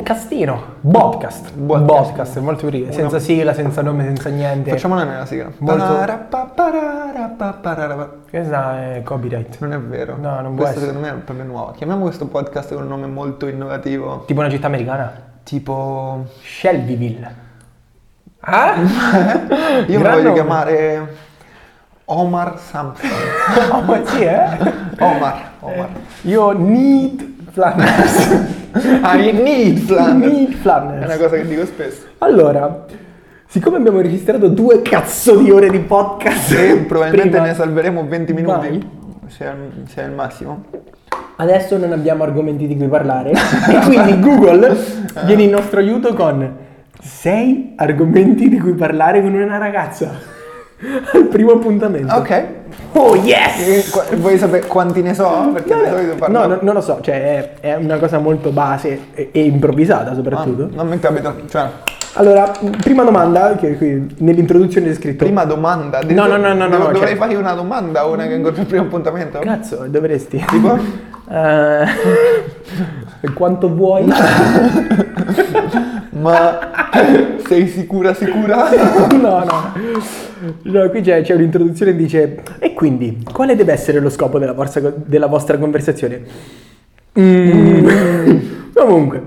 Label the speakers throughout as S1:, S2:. S1: podcastino, podcast,
S2: Podcast.
S1: podcast, molto breve,
S2: Una-
S1: senza sigla, senza nome, senza niente.
S2: Facciamola nella sigla.
S1: Molto-
S2: Pararappapararappapararapa.
S1: Questa è eh, copyright,
S2: Non è vero.
S1: No, non può
S2: Questo
S1: essere.
S2: secondo me è proprio nuovo. Chiamiamo questo podcast con un nome molto innovativo.
S1: tipo una città americana,
S2: Tipo...
S1: Shelbyville. Ah?
S2: Io
S1: Gran
S2: me lo voglio
S1: nome.
S2: chiamare Omar Samson.
S1: Oh, ma sì, eh?
S2: Omar. Omar.
S1: Io need Flanders.
S2: Ah, you need Flanders.
S1: Eh. Need
S2: È
S1: Flanders.
S2: una cosa che dico spesso.
S1: Allora, siccome abbiamo registrato due cazzo di ore di podcast,
S2: E probabilmente
S1: prima,
S2: ne salveremo 20 minuti.
S1: Vai.
S2: Se è, se è il massimo.
S1: adesso non abbiamo argomenti di cui parlare, e quindi Google viene in nostro aiuto con 6 argomenti di cui parlare con una ragazza al primo appuntamento.
S2: Ok.
S1: Oh yes!
S2: Eh, qua- Vuoi sapere quanti ne so? Perché di solito
S1: No,
S2: parlo...
S1: no, no, non lo so, cioè è, è una cosa molto base e, e improvvisata
S2: Ah,
S1: soprattutto.
S2: non mi capito. Cioè,
S1: Allora, prima domanda, che qui nell'introduzione c'è scritto...
S2: prima domanda.
S1: No, no, no, no, no,
S2: Devo- Dovrei
S1: cioè-
S2: fare una domanda o una che ancora il primo appuntamento?
S1: Cazzo, dovresti.
S2: Tipo?
S1: Eh, quanto vuoi?
S2: Ma sei sicura, sicura?
S1: no, no. No, qui c'è, c'è un'introduzione che dice: E quindi, quale deve essere lo scopo della vostra, della vostra conversazione? Mm. Comunque,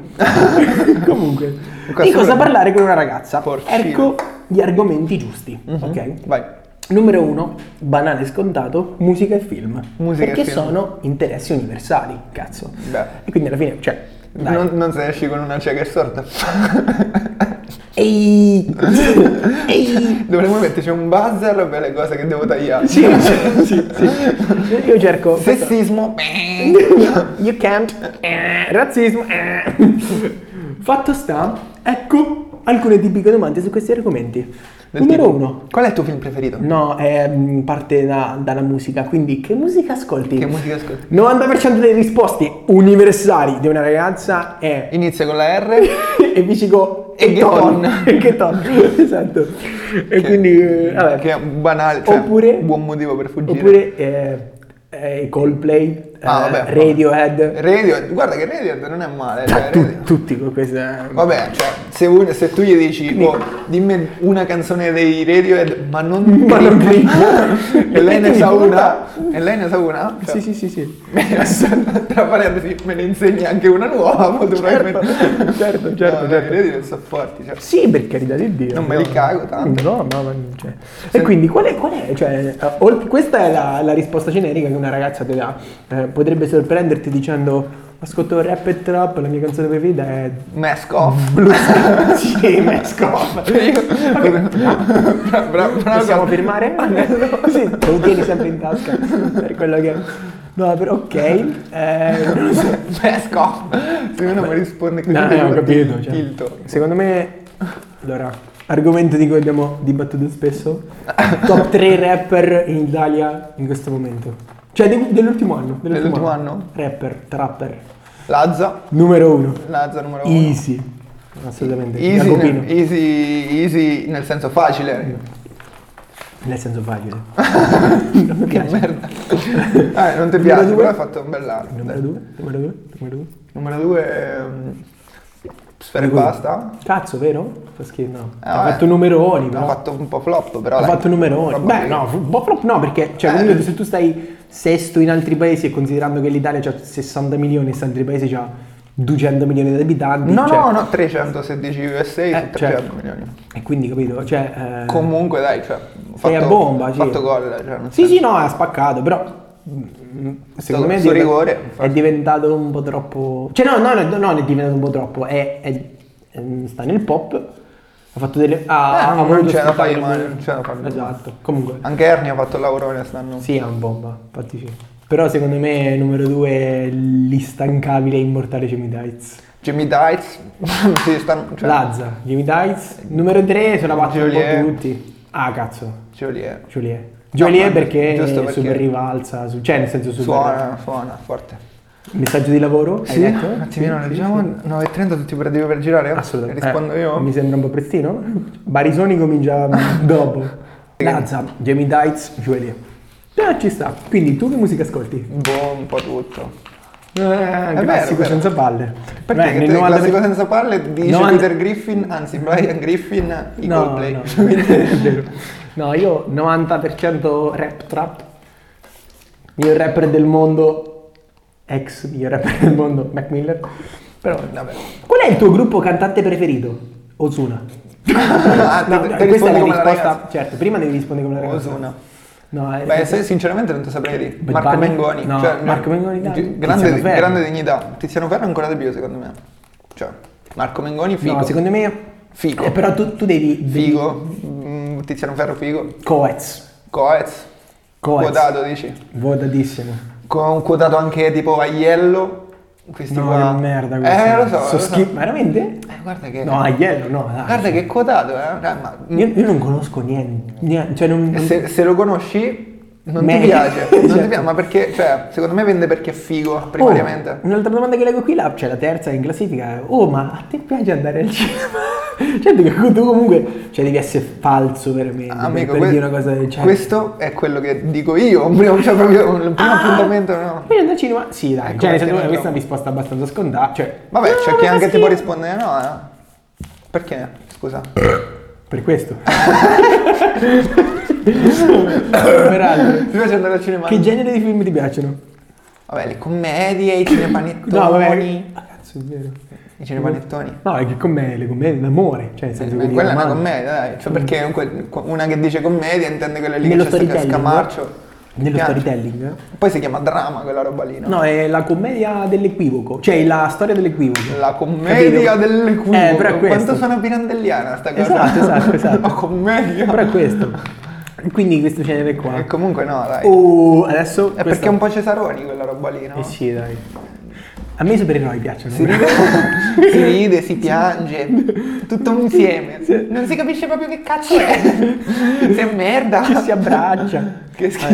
S1: comunque, di
S2: Questo
S1: cosa
S2: però-
S1: parlare con una ragazza?
S2: Porcino.
S1: Ecco gli argomenti giusti, ok?
S2: Mhm. Vai.
S1: Numero uno, banale e scontato, musica e film.
S2: Musica e
S1: perché
S2: film.
S1: sono interessi universali, cazzo.
S2: Beh.
S1: E quindi alla fine, cioè, dai.
S2: Non, non se ne esci con una cieca e sorda.
S1: Ehi! Ehi!
S2: Dovremmo metterci un buzzer per le cose che devo tagliare.
S1: Sì, sì, sì, sì. Io cerco...
S2: Sessismo.
S1: You can't. Eh, razzismo. eh. Fatto sta, ecco alcune tipiche domande su questi argomenti.
S2: Del
S1: Numero
S2: tipo,
S1: uno.
S2: Qual è il tuo film preferito?
S1: No, è, mm, parte da- dalla musica, quindi che musica ascolti?
S2: Che musica ascolti?
S1: 90% delle risposte universali di una ragazza è
S2: Inizia con la R.
S1: e Vicico
S2: E Gheton.
S1: E Gheton, esatto. E quindi eh, vabbè.
S2: Che è banale. Cioè,
S1: Oppure-
S2: Buon motivo per fuggire.
S1: Oppure eh, eh, Coldplay,
S2: Ah,
S1: eh,
S2: vabbè, vabbè.
S1: Radiohead,
S2: Radio, guarda che Radiohead non è male. Cioè,
S1: tu-
S2: Radio-
S1: tutti con queste...
S2: Vabbè, cioè, se, un- se tu gli dici, boh, dimmi una canzone dei Radiohead, ma non
S1: Ma non Blink.
S2: e lei ne sa
S1: E quindi
S2: una, e lei ne sa una, Cioè,
S1: Sì, sì, sì, sì.
S2: sì. tra parentesi, me ne insegni anche una nuova, molto
S1: Certo,
S2: probabilmente.
S1: certo, certo,
S2: No, dai,
S1: certo.
S2: I Radiohead sono forti, cioè.
S1: Sì, per carità di Dio.
S2: Non me li cago tanto.
S1: No, no, ma cioè. E quindi qual è? Qual è? Cioè, eh, oltre- questa è la, la risposta generica che una ragazza ti dà. Eh, potrebbe sorprenderti dicendo: Ascolto rap e trap, la mia canzone preferita è.
S2: Mask off.
S1: Blue Sky". Sì, Mask Off.
S2: Bra- bra- bra-
S1: Possiamo firmare? sì, te lo tieni sempre in tasca. Per quello che. No, però ok. eh, non lo so.
S2: Mask off. Se uno mi risponde così,
S1: No, no, Ah, ho
S2: io
S1: capito. cioè.
S2: tilto.
S1: Secondo me, allora, argomento di cui abbiamo dibattuto spesso, top 3 rapper in Italia in questo momento. Cioè de- dell'ultimo anno.
S2: Dell'ultimo anno?
S1: Rapper, trapper.
S2: Lazza,
S1: Numero 1.
S2: Lazza numero uno.
S1: Easy. Assolutamente.
S2: Easy, eh,
S1: Jacopino.
S2: nel, easy, easy nel senso facile.
S1: Nel senso facile. non mi
S2: Che
S1: piace.
S2: merda. Eh, non ti
S1: Numero
S2: piace,
S1: due?
S2: però hai fatto un bell'anno.
S1: Numero 2, numero 2, numero 2.
S2: Numero due. ehm, Sfera e basta.
S1: Cazzo, vero? Fa schifo, no.
S2: Eh,
S1: ha
S2: vabbè.
S1: fatto numeroni, però.
S2: Ha fatto un po' flop, però.
S1: Ho
S2: dai.
S1: fatto numeroni.
S2: Proprio
S1: Beh,
S2: sì.
S1: no, fu- boh, proprio no, perché cioè,
S2: Eh.
S1: comunque se tu stai sesto in altri paesi e considerando che l'Italia ha 60 milioni e se altri paesi ha 200 milioni di abitanti.
S2: No,
S1: cioè,
S2: no, no, 316 USA
S1: eh,
S2: su 300
S1: cioè,
S2: milioni.
S1: E quindi, capito? Cioè, eh,
S2: Comunque, dai, cioè, ho
S1: Sei a
S2: fatto,
S1: bomba,
S2: ho
S1: sì.
S2: fatto gol. Cioè, nel
S1: Sì,
S2: senso-
S1: sì, no, ha spaccato, però... mm, Secondo me è
S2: Su
S1: diventa-
S2: rigore,
S1: è
S2: infatti.
S1: diventato un po' troppo. Cioè, no, no, no, no, è diventato un po' troppo. È, è- ehm, sta nel pop. Ha fatto delle.
S2: Eh,
S1: Ha, ha
S2: non
S1: voluto
S2: ce la
S1: spaccare
S2: fai
S1: con-
S2: male, non ce la fai male.
S1: Esatto. Comunque,
S2: Anche Ernie ha fatto il lavorone stanno.
S1: sì, è un bomba. Infatti, sì. Però secondo me, numero due, è l'istancabile e immortale Jimmy Dites.
S2: Jimmy Dites. sì, stanno. Cioè,
S1: Lazza, Jimmy Dites. Numero tre, se la battono un
S2: Joliet.
S1: po' tutti. Ah, cazzo.
S2: Joliet.
S1: Juliet. Juliet
S2: ma-
S1: perché,
S2: giusto perché-
S1: super rivalsa, su- cioè nel senso super
S2: Suona, suona, forte.
S1: messaggio di lavoro.
S2: Sì,
S1: hai detto?
S2: un attimino,
S1: Sì, sì,
S2: leggiamo 9.30 tutti operativi per girare?
S1: Assolutamente.
S2: Rispondo
S1: Eh,
S2: io?
S1: Mi sembra un po' prestino. Barisoni comincia dopo. Lazza, Jamie Dites, Joelie. Eh, ci sta. Quindi tu che musica ascolti?
S2: Boh, un po' tutto.
S1: Ah,
S2: vero,
S1: classico
S2: vero.
S1: senza palle.
S2: Perché
S1: Beh,
S2: che
S1: nel
S2: te-
S1: 90
S2: classico senza palle dice
S1: 90
S2: Peter Griffin, anzi Brian Griffin, i
S1: No,
S2: Coldplay.
S1: no, è vero. No, io 90% rap trap. Miglior rapper del mondo, ex miglior rapper del mondo, Mac Miller. Però,
S2: Vabbè.
S1: qual è il tuo gruppo cantante preferito? Ozuna.
S2: Ah,
S1: No,
S2: te-
S1: no, questa
S2: te
S1: è
S2: rispondi
S1: la
S2: come la
S1: risposta.
S2: ragazza.
S1: certo, prima devi rispondere come la ragazza.
S2: Ozuna.
S1: No, eh, è-
S2: Beh, se- sinceramente non ti saprei dire.
S1: Bad
S2: Marco
S1: Bunny?
S2: Mengoni.
S1: No,
S2: cioè,
S1: Marco Mengoni, no.
S2: gi-
S1: Tiziano
S2: Grande,
S1: Ferro.
S2: grande dignità. Tiziano Ferro ancora di più, secondo me. Cioè, Marco Mengoni figo.
S1: no, secondo me...
S2: Figo.
S1: Eh, però tu, tu devi... devi-
S2: Figo. Mm, Tiziano Ferro figo.
S1: Coez.
S2: Coez.
S1: Coez.
S2: Quotato, dici?
S1: Votatissimo.
S2: Con quotato anche tipo Aiello. Questi
S1: No,
S2: qua.
S1: che merda
S2: Eh,
S1: questo.
S2: lo so.
S1: So
S2: lo so.
S1: schi- Veramente?
S2: Eh, guarda che...
S1: No, a Yellow no. dai.
S2: Guarda che quotato, eh. Eh, ma-
S1: Io, io non conosco niente, niente, cioè non, non-
S2: Se, se lo conosci non
S1: Me-
S2: ti piace, non
S1: Certo.
S2: ti piace, ma perché, cioè, secondo me vende perché è figo
S1: Oh,
S2: primariamente.
S1: un'altra domanda che leggo qui, là, cioè la terza in classifica, è, oh ma a te piace andare al cinema? Cioè tu, tu comunque, cioè devi essere falso veramente, per-
S2: Amico,
S1: per,
S2: que-
S1: dire una cosa del genere.
S2: questo è quello che dico io, un primo, cioè proprio un primo appuntamento no.
S1: Quindi andare al cinema? Sì dai,
S2: Ecco
S1: cioè nel
S2: perché
S1: senso,
S2: non
S1: questa è
S2: lo-
S1: una risposta abbastanza scontata, cioè...
S2: Vabbè,
S1: "Ah,
S2: c'è chi
S1: ma
S2: anche
S1: fa
S2: ti
S1: schifo".
S2: può rispondere no, eh. Perché? Scusa.
S1: Per questo. Peraltro,
S2: Ti piace andare al cinema?
S1: che genere di film ti piacciono?
S2: Vabbè, le commedie, i cinepanettoni.
S1: No, vabbè. Ah, cazzo, è vero.
S2: I cinepanettoni.
S1: No, è che commedie, le commedie d'amore, cioè nel senso che
S2: Eh,
S1: ti
S2: quella è una
S1: romanzo.
S2: commedia, dai. Cioè, perché un- una che dice commedia intende quella lì
S1: Nello
S2: che c'è sempre
S1: storytelling,
S2: Scamarcio.
S1: Nello
S2: Piange.
S1: storytelling? eh?
S2: Poi si chiama drama quella roba lì, no?
S1: No, è la commedia dell'equivoco, cioè la storia dell'equivoco.
S2: La commedia
S1: Capito?
S2: dell'equivoco.
S1: Eh, però è questo.
S2: Quanto sono pirandelliana sta cosa.
S1: Esatto, esatto, esatto.
S2: La commedia.
S1: Però è questo. Quindi questo genere qua.
S2: E comunque no, dai.
S1: Oh, adesso...
S2: è Ecco. perché è un po' Cesaroni quella roba lì, no?
S1: Eh sì, dai. A me i supereroi piacciono.
S2: Si ride, si ride, si piange, tutto insieme. Non si capisce proprio che cazzo è. Se è merda.
S1: Ci si abbraccia. Eh,
S2: Che schifo.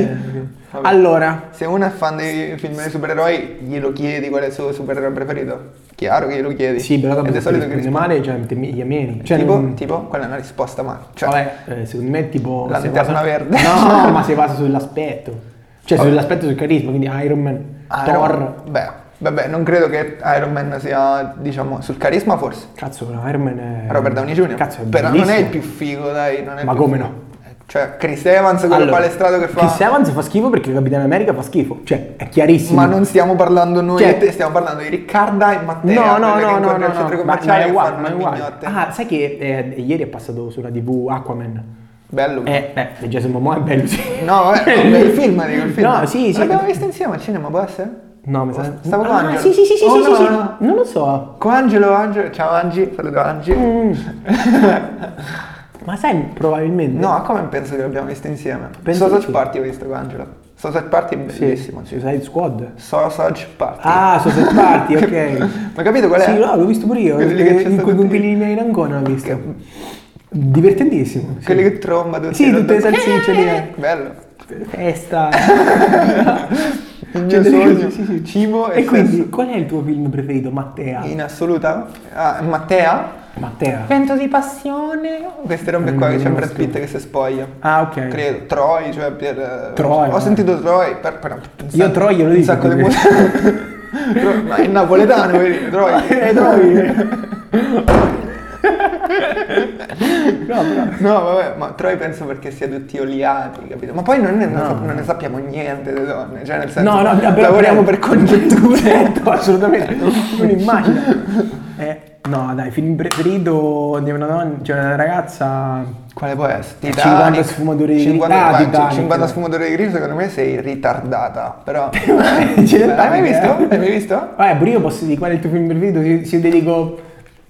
S2: Vabbè.
S1: Allora,
S2: Se uno è fan dei film dei supereroi, glielo chiedi qual è il suo supereroe preferito. Chiaro che glielo chiedi.
S1: sì, però dopo
S2: Ed è
S1: se
S2: solito che
S1: risponde
S2: risponde.
S1: male, cioè te- gli ameni. Cioè,
S2: tipo,
S1: non-
S2: tipo, quella è una risposta male. Cioè,
S1: vabbè, eh, secondo me è tipo...
S2: La
S1: se
S2: lanterna
S1: basa-
S2: verde.
S1: No, ma si basa sull'aspetto. Cioè
S2: Vabbè. Ah,
S1: sull'aspetto e sul carisma, quindi Iron Man,
S2: Iron
S1: Thor...
S2: Man- Beh, vabbè, non credo che Iron Man sia, diciamo, sul carisma forse.
S1: Cazzo, no, Iron Man è...
S2: Robert Downey Jr.
S1: Cazzo, è
S2: Però non è il
S1: bellissimo.
S2: più figo, dai. non è il
S1: Ma
S2: più
S1: come
S2: figo.
S1: no?
S2: Cioè, Chris Evans, quello
S1: Allora,
S2: palestrato che fa...
S1: Chris Evans fa schifo perché Capitano America fa schifo. Cioè, è chiarissimo.
S2: Ma non stiamo parlando noi
S1: Cioè-
S2: e te, stiamo parlando di Riccarda e Matteo.
S1: No, no, no, no, no,
S2: Al centro
S1: no, ma, ma
S2: commerciale
S1: è
S2: che
S1: uguale,
S2: fanno
S1: ma è
S2: le
S1: uguale.
S2: mignotte.
S1: Ah, sai che eh, ieri è passato sulla TV Aquaman.
S2: Bello.
S1: Eh, beh, di Jason Momoa è bello, sì.
S2: No, vabbè, è un bel film, dico il film.
S1: No, sì, sì.
S2: L'abbiamo visto insieme al cinema, può essere?
S1: No, mi sa...
S2: Stavo con
S1: ah,
S2: Angelo.
S1: sì, sì, sì, sì,
S2: Oh,
S1: sì,
S2: no,
S1: sì.
S2: no.
S1: Non lo so.
S2: Con Angelo, Angelo. Ciao Angi, saluto Angi.
S1: Mm. ma sai, probabilmente...
S2: No, come penso che l'abbiamo visto insieme?
S1: Penso di
S2: Sausage
S1: sì.
S2: Party ho visto con Angelo. Sausage Party è bellissimo, sì.
S1: Suicide Squad.
S2: Sausage Party.
S1: Ah, Suicide Party, ok.
S2: Ma capito qual è?
S1: Sì, no, l'ho visto pure io. eh,
S2: Quelli lì che c'è
S1: In
S2: stato
S1: con
S2: tutti-
S1: quelli in in Ancona l'ho visto. Divertentissimo. sì.
S2: Quelli che tromba tutti.
S1: Sì, tutte le
S2: Tutto-
S1: salsicce lì, eh.
S2: Bello.
S1: Festa.
S2: Il
S1: Cioè,
S2: mio
S1: delle
S2: sogno.
S1: cose- sì, sì.
S2: Cibo e,
S1: E quindi
S2: sesso.
S1: qual è il tuo film preferito, Mattea?
S2: In assoluta? Ah, Mattea?
S1: Mattea.
S2: Vento di passione. Queste robe qua che c'è
S1: Mm,
S2: Brad
S1: sì.
S2: Pitt che si spoglia.
S1: Ah, ok.
S2: Credo. Troy, cioè per...
S1: Troy,
S2: Ho
S1: no.
S2: sentito Troy. Per, per,
S1: Io Troy glielo
S2: Un
S1: dico,
S2: sacco di
S1: perché-
S2: musica. Troy- Ma è napoletano, vedi? Troy.
S1: Eh, trovi.
S2: No, vabbè, ma Troy penso perché sia tutti oliati, capito? Ma poi non ne, non sap- non ne sappiamo niente delle donne, cioè nel senso
S1: No, no, abbiamo-
S2: lavoriamo per congetture.
S1: Certo, assolutamente. Un'immagine. Eh, no, dai, film preferito di una donna, cioè una ragazza...
S2: Quale può essere?
S1: 50 sfumature di gri-
S2: 50,
S1: ah,
S2: guarda,
S1: Titanic.
S2: 50 sfumature di grigio secondo me sei ritardata, però...
S1: Ce
S2: L'hai mai
S1: eh.
S2: visto? L'hai mai visto?
S1: Vabbè, pure io posso dire qual è il tuo film preferito, se, se io ti dico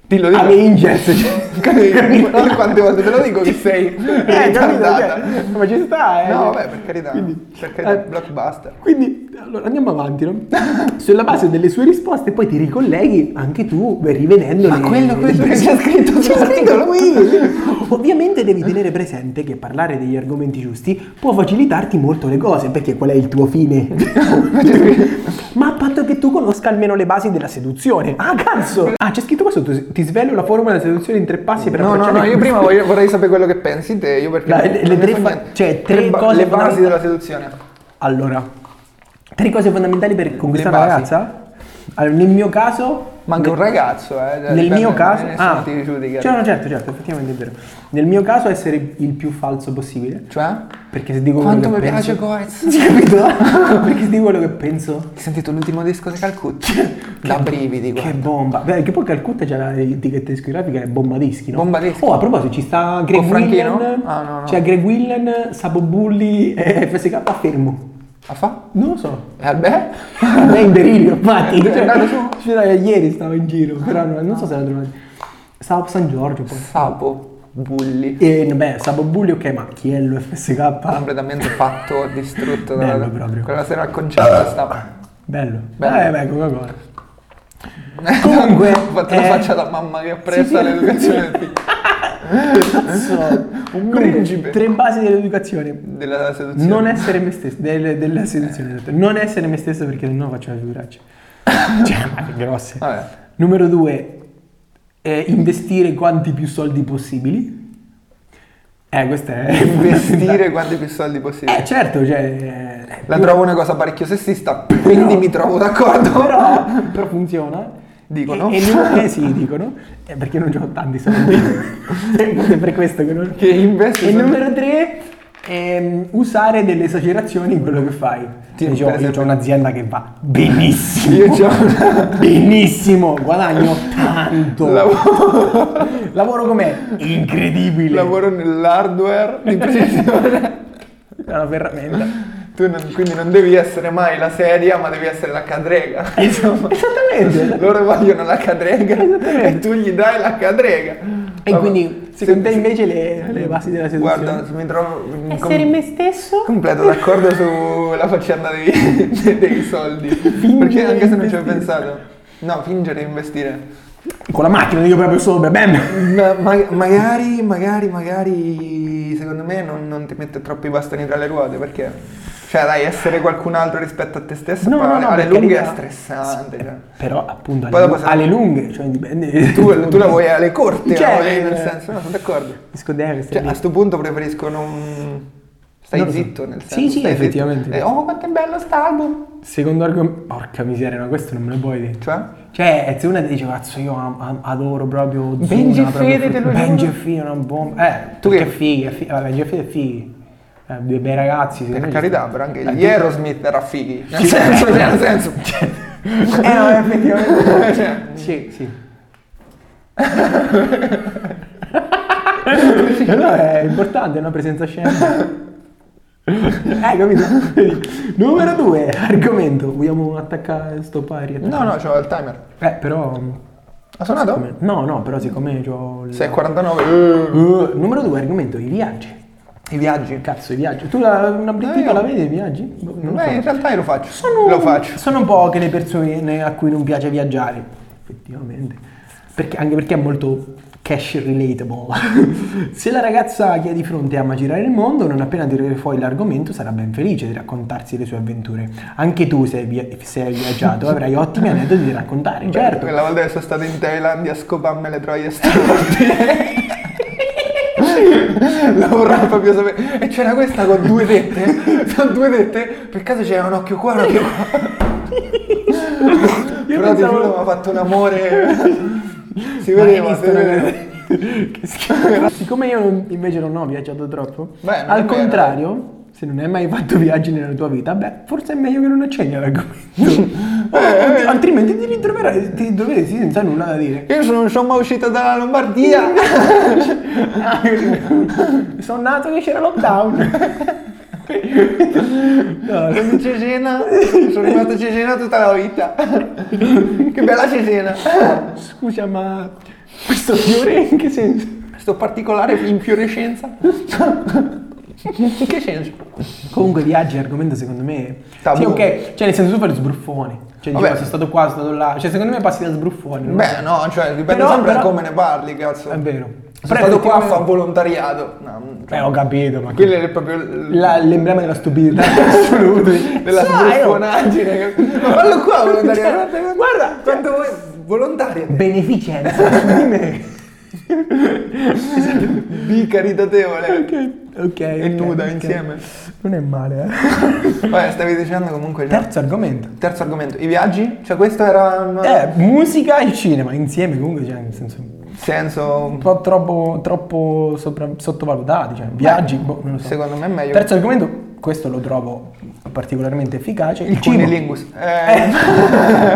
S1: Ah,
S2: Dillo, dillo.
S1: Avengers. Cioè,
S2: Capito? Guarda Quante volte te lo dico che sei
S1: eh, capito,
S2: ritardata.
S1: cioè, ma ci sta, eh.
S2: No, vabbè, per carità,
S1: Quindi-
S2: per carità,
S1: eh.
S2: blockbuster.
S1: Quindi allora andiamo avanti, no? Sulla base delle sue risposte, poi ti ricolleghi anche tu beh, rivedendo
S2: Ma
S1: le-
S2: quello-
S1: le
S2: quello che
S1: persone-
S2: c'è scritto
S1: c'è
S2: sull'articolo.
S1: scritto qui. Ovviamente devi tenere presente che parlare degli argomenti giusti può facilitarti molto le cose, perché qual è il tuo fine? Ma a patto che tu conosca almeno le basi della seduzione. Ah, cazzo! Ah, c'è scritto qua sotto, ti svelo la forma della seduzione in tre passi per
S2: No, no,
S1: approcciare-
S2: no, io prima voglio- vorrei sapere quello che pensi te, io perché...
S1: Dai, le- le
S2: non ne
S1: tre
S2: so
S1: fa-
S2: niente.
S1: cioè, tre
S2: ba-
S1: cose
S2: Le basi
S1: fondamentali-
S2: della seduzione.
S1: Allora, tre cose fondamentali per conquistare una
S2: basi.
S1: ragazza? Allora, nel mio caso...
S2: Ma anche un ragazzo, eh.
S1: Nel mio caso...
S2: Ah,
S1: Ah,
S2: ti giudica.
S1: certo, certo, certo, effettivamente è vero. Nel mio caso essere il più falso possibile.
S2: Cioè?
S1: Perché se dico
S2: Quanto mi
S1: quello che
S2: piace
S1: penso...
S2: Coez.
S1: Sì, capito? perché se dico quello che penso...
S2: Hai sentito l'ultimo disco di Calcutta? da brividi,
S1: Che
S2: guarda.
S1: bomba! Beh, che poi Calcutta c'è l'etichetta discografica è bomba dischi, no?
S2: Bomba dischi.
S1: Oh, a proposito, ci sta Greg
S2: Con Franchino?
S1: Whelan.
S2: Ah, no, no.
S1: C'è Greg Whelan, Sabo Bulli e FSK a fermo.
S2: La fa?
S1: Non lo so.
S2: E vabbè?
S1: È in delirio, infatti.
S2: È andato su?
S1: Cioè, cioè, ieri stavo in giro, però non, non so se l'ha trovato. Stavo a San Giorgio poi.
S2: Sapo, bulli.
S1: E beh, Sabo Bulli, ok, ma chi è l'FSK?
S2: Completamente fatto, distrutto.
S1: Bello
S2: dalla-
S1: proprio.
S2: Quella sera al concerto stava...
S1: Bello.
S2: Bello.
S1: Eh, beh, Coca-Cola. Comunque,
S2: Ho fatto la
S1: eh,
S2: faccia da mamma che ha preso
S1: sì.
S2: l'educazione del figlio.
S1: Cazzo, un
S2: principe.
S1: Tre basi dell'educazione.
S2: della seduzione.
S1: Non essere me stesso, del- della seduzione, esatto. non essere me stesso perché sennò faccio le figuracce. cioè, ma che grosse.
S2: Vabbè.
S1: Numero due, eh, investire quanti più soldi possibili. Eh, questa è...
S2: Investire quanti più soldi possibili.
S1: Eh, certo, cioè... eh,
S2: La trovo una cosa parecchio sessista, quindi mi trovo d'accordo.
S1: Però, però funziona.
S2: Dicono.
S1: E, e non- eh sì, dicono. Eh, perché non ho tanti soldi. È per questo che non...
S2: Che investi
S1: E
S2: soldi-
S1: numero tre, ehm, usare delle esagerazioni in quello che fai.
S2: Sì,
S1: Io
S2: per
S1: ho
S2: esempio-
S1: un'azienda che va benissimo.
S2: Io c'ho-
S1: Benissimo, guadagno tanto.
S2: Lavoro,
S1: Lavoro com'è? Incredibile.
S2: lavoro nell'hardware di precisione.
S1: È una ferramenta.
S2: Tu non- quindi non devi essere mai la sedia, ma devi essere la cadrega. Insomma,
S1: Esattamente.
S2: loro vogliono la cadrega e tu gli dai la cadrega.
S1: E
S2: Vabbè,
S1: quindi,
S2: se-
S1: secondo te invece le, le basi della seduzione?
S2: Guarda, mi trovo in
S1: essere
S2: com-
S1: me stesso?
S2: completo d'accordo sulla faccenda dei, dei- dei soldi. Perché
S1: Fingere
S2: anche se non ci ho
S1: investire.
S2: pensato. No, fingere e investire.
S1: Con la macchina, dico proprio sopra, bam!
S2: Ma- ma- magari, magari, magari, secondo me non, non ti mette troppi bastoni tra le ruote perché, cioè, dai, essere qualcun altro rispetto a te stesso
S1: No,
S2: poi
S1: no,
S2: alle-
S1: no,
S2: alle
S1: per
S2: lunghe
S1: carità.
S2: è stressante. cioè.
S1: Però appunto
S2: Poi
S1: alle,
S2: dopo se-
S1: alle lunghe, cioè dipende.
S2: Tu, tu la vuoi alle corte,
S1: Cioè,
S2: la vuoi nel
S1: eh,
S2: senso, no, sono d'accordo.
S1: Discoteca,
S2: Cioè, a
S1: stai lì.
S2: sto punto preferisco non... Stai
S1: Non lo so.
S2: zitto, nel
S1: Sì,
S2: senso.
S1: sì,
S2: stai zitto.
S1: effettivamente.
S2: E, oh, quanto è bello sta album!
S1: Secondo argomento. Porca miseria, ma questo non me lo puoi dire.
S2: Cioè,
S1: Cioè, se una ti dice, cazzo, io am- am- adoro proprio Zuna,
S2: Benji
S1: proprio
S2: Fede,
S1: Fru-
S2: te lo
S1: Benji
S2: giuro.
S1: e Fede è una bomba. Eh,
S2: Tu
S1: tu
S2: che-
S1: che fighi, è fighi. Vabbè, Benji e Fede è fighi. Eh, due bei ragazzi,
S2: per
S1: secondo me ci
S2: carità,
S1: sta.
S2: però anche
S1: Eh,
S2: gli
S1: tu-
S2: Aerosmith era fighi. Nel
S1: Sì.
S2: senso, cioè, nel senso.
S1: Eh no, effettivamente.
S2: Cioè,
S1: sì, sì. no, è importante, è una presenza scenica. Eh, capito? Numero due, argomento. Vogliamo attaccare sto pari?
S2: No, no, c'ho il timer.
S1: Eh, però...
S2: Ha suonato?
S1: come- No, no, però siccome c'ho... il-
S2: 6,49.
S1: Eh, numero due, argomento, i viaggi.
S2: I viaggi. Eh,
S1: Cazzo, i viaggi. Tu la, una brittica
S2: io-
S1: la vedi i viaggi? Boh, non lo
S2: Beh, Eh, in
S1: so.
S2: realtà io lo faccio.
S1: Sono,
S2: Lo faccio.
S1: sono poche le persone a cui non piace viaggiare, effettivamente. Perché- anche perché è molto cash relatable. Se la ragazza che è di fronte ama girare il mondo, non appena tirare fuori l'argomento sarà ben felice di raccontarsi le sue avventure. Anche tu, se hai, via- se hai viaggiato, avrai ottimi aneddoti da raccontare, certo.
S2: Quella volta che sono stato in Thailandia a scoparmi le troie storte. La vorrei proprio sapere. E c'era questa con due tette. Con due tette. Per caso c'era un occhio qua, un occhio qua.
S1: Io
S2: Però
S1: pensavo-
S2: di giuro mi ha fatto un amore. Si
S1: Ma hai
S2: vedeva, si
S1: visto,
S2: vedeva.
S1: no? Che schifo. Siccome io non- invece non ho viaggiato troppo,
S2: Beh, non è
S1: al
S2: vero.
S1: contrario, se non hai mai fatto viaggi nella tua vita, beh, forse è meglio che non accendi l'argomento.
S2: Eh,
S1: Alt- Altrimenti ti ritroverai ti ritroveresti senza nulla da dire.
S2: Io sono- non sono mai uscita dalla Lombardia.
S1: Sono nato che c'era lockdown. No,
S2: Sono in Cesena. Sono rimasto a Cesena tutta la vita. Che bella Cesena.
S1: scusa, ma questo fiore in che senso?
S2: Sto particolare infiorescenza. In che senso?
S1: Comunque viaggi è argomento secondo me.
S2: Tabù.
S1: Sì, ok. Cioè, nel senso tu fai lo sbruffone. Cioè, dici,
S2: Vabbè.
S1: "Ma sono stato qua, sono stato là. Cioè, secondo me passi da sbruffone. non
S2: Beh, no, cioè dipende
S1: Però-
S2: sempre da
S1: però-
S2: come ne parli,
S1: so.
S2: cazzo.
S1: È vero.
S2: Sono stato qua a
S1: effettivamente-
S2: fare volontariato. No, cioè,
S1: Eh, ho capito, ma.
S2: quello è proprio l-
S1: La- l'emblema della stupidità assoluta.
S2: della
S1: Sai, oh.
S2: sbruffonaggine. Ma fallo qua volontariato.
S1: Guarda,
S2: quanto vuoi volontario.
S1: Beneficenza su di me.
S2: Bi caritatevole.
S1: ok. Ok.
S2: E nuda
S1: ok.
S2: insieme.
S1: Non è male, eh.
S2: Vabbè, stavi dicendo comunque... già-
S1: Terzo argomento.
S2: Terzo argomento, i viaggi? Cioè questo era un
S1: Eh, musica e cinema insieme comunque, cioè, nel senso, un
S2: senso...
S1: po' troppo, troppo sopra- sottovalutati, cioè, viaggi, boh, non lo so.
S2: Secondo me è meglio...
S1: Terzo argomento, questo lo trovo particolarmente efficace, il
S2: il
S1: cibo.
S2: cunilingus. Eh,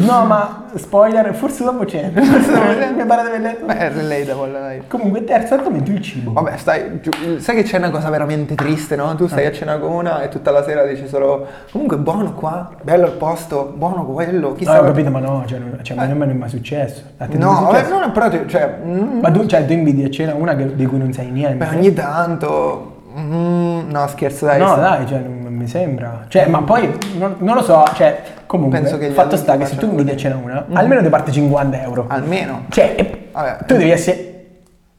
S1: No, ma spoiler, forse dopo c'è. Forse
S2: dopo c'è.
S1: Mi pare di aver
S2: beh,
S1: letto.
S2: è relatable, dai.
S1: Comunque, terzo argomento, il cibo.
S2: Vabbè, stai, giù- sai che c'è una cosa veramente triste, no? Tu
S1: Eh.
S2: stai a cena con una e tutta la sera dici solo comunque buono qua, bello il posto, buono quello,
S1: No,
S2: chissà...
S1: Ah, ho capito, ma no, cioè, non, cioè, ma non mi è mai successo. A te non è
S2: Eh. No,
S1: successo?
S2: vabbè, no, no, però ti- cioè, mm,
S1: Ma tu, cioè, tu invidi a cena una che- di cui non sai niente.
S2: beh, ogni tanto... mm, no, scherzo, dai.
S1: No, dai, cioè, non mi sembra. Cioè, ma poi non, non lo so, cioè, comunque,
S2: Penso che gli
S1: fatto
S2: adulti
S1: sta che se tu
S2: facciano
S1: inviti a cena una, almeno ti parte 50 euro.
S2: Almeno.
S1: Cioè, e-
S2: Vabbè.
S1: tu devi essere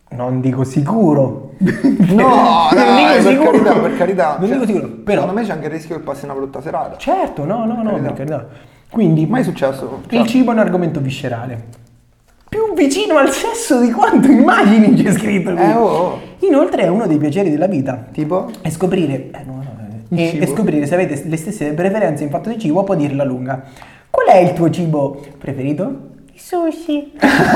S1: non dico sicuro.
S2: No,
S1: non
S2: dai,
S1: dico
S2: per
S1: sicuro,
S2: carità, per carità.
S1: Non
S2: Cioè,
S1: dico sicuro, però
S2: Secondo me c'è anche il rischio che passi una brutta serata.
S1: certo, no, no, no,
S2: carità.
S1: per carità. Quindi,
S2: Mai successo? Cioè,
S1: il cibo è un argomento viscerale. Più vicino al sesso di quanto immagini c'è scritto qui.
S2: Eh, oh, oh.
S1: Inoltre è uno dei piaceri della vita.
S2: Tipo?
S1: E scoprire, eh, no, no, eh,
S2: Il
S1: e-
S2: cibo.
S1: e scoprire se avete le stesse preferenze in fatto di cibo può dirla lunga. Qual è il tuo cibo preferito? I sushi.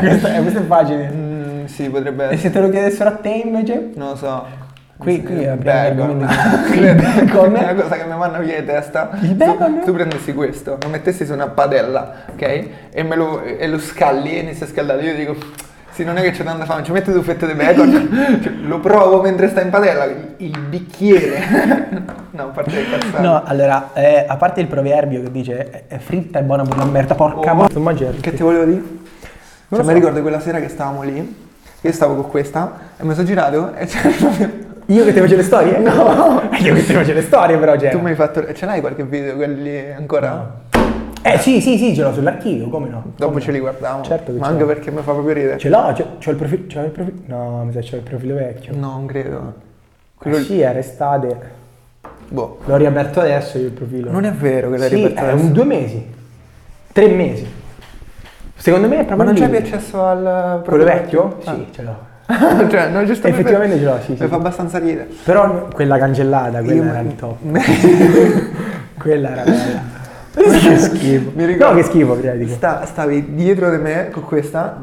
S1: questo, è, questo è facile.
S2: Mm, sì, potrebbe
S1: E
S2: essere.
S1: se te lo chiedessero a te invece?
S2: Non lo so.
S1: Qui- qui abbiamo
S2: bacon.
S1: l'argomento di-
S2: Il
S1: bacon.
S2: bacon è una cosa che mi vanno via di testa.
S1: Il bacon?
S2: Tu, tu prendessi questo, lo mettessi su una padella, ok? E, me lo, e lo scalli e inizi a scaldare. Io dico, sì, non è che c'è tanta fame, ci metti due fette di bacon. Cioè, lo provo mentre sta in padella. Il, il bicchiere. no, a parte le cazzate.
S1: No, allora, eh, a parte il proverbio che dice "È- è fritta è buona per la merda, porca
S2: Oh,
S1: ma... Insomma, Jerry.
S2: Che ti volevo dire?
S1: lo
S2: Cioè,
S1: so.
S2: mi ricordo quella sera che stavamo lì, io stavo con questa e mi sono girato e c'era
S1: Io che ti faccio le storie? No! Io che ti faccio le storie però, cioè. Jerry.
S2: Tu mi hai fatto. Ce l'hai qualche video quelli ancora?
S1: Eh sì, sì, sì, ce l'ho sull'archivio, come no?
S2: Dopo
S1: Come
S2: ce li guardiamo.
S1: Certo che
S2: Ma
S1: ce
S2: anche
S1: l'ho.
S2: perché mi fa proprio ridere.
S1: Ce l'ho, c'ho, c'ho il profilo, c'ho il profilo... No, mi sa c'ho il profilo vecchio.
S2: No, non credo.
S1: Quello
S2: Quello lì.
S1: Eh, sì, era estate.
S2: Boh.
S1: L'ho riaperto adesso io il profilo.
S2: Non è vero che l'hai
S1: sì,
S2: riaperto
S1: è
S2: adesso.
S1: un due mesi. Tre mesi. Secondo me è
S2: Ma
S1: proprio
S2: non
S1: lì.
S2: c'è più Ah. accesso al eh,
S1: Quello
S2: proprio
S1: vecchio? Sì, ce l'ho.
S2: cioè, no, giusto
S1: Effettivamente ce l'ho, sì,
S2: Mi
S1: sì.
S2: fa abbastanza ridere.
S1: Però no- quella cancellata, quella
S2: Io-
S1: era il top. quella era bella. che schifo.
S2: Mi ricordo-
S1: No, che schifo, prima dico.
S2: Sta- stavi dietro di me con questa,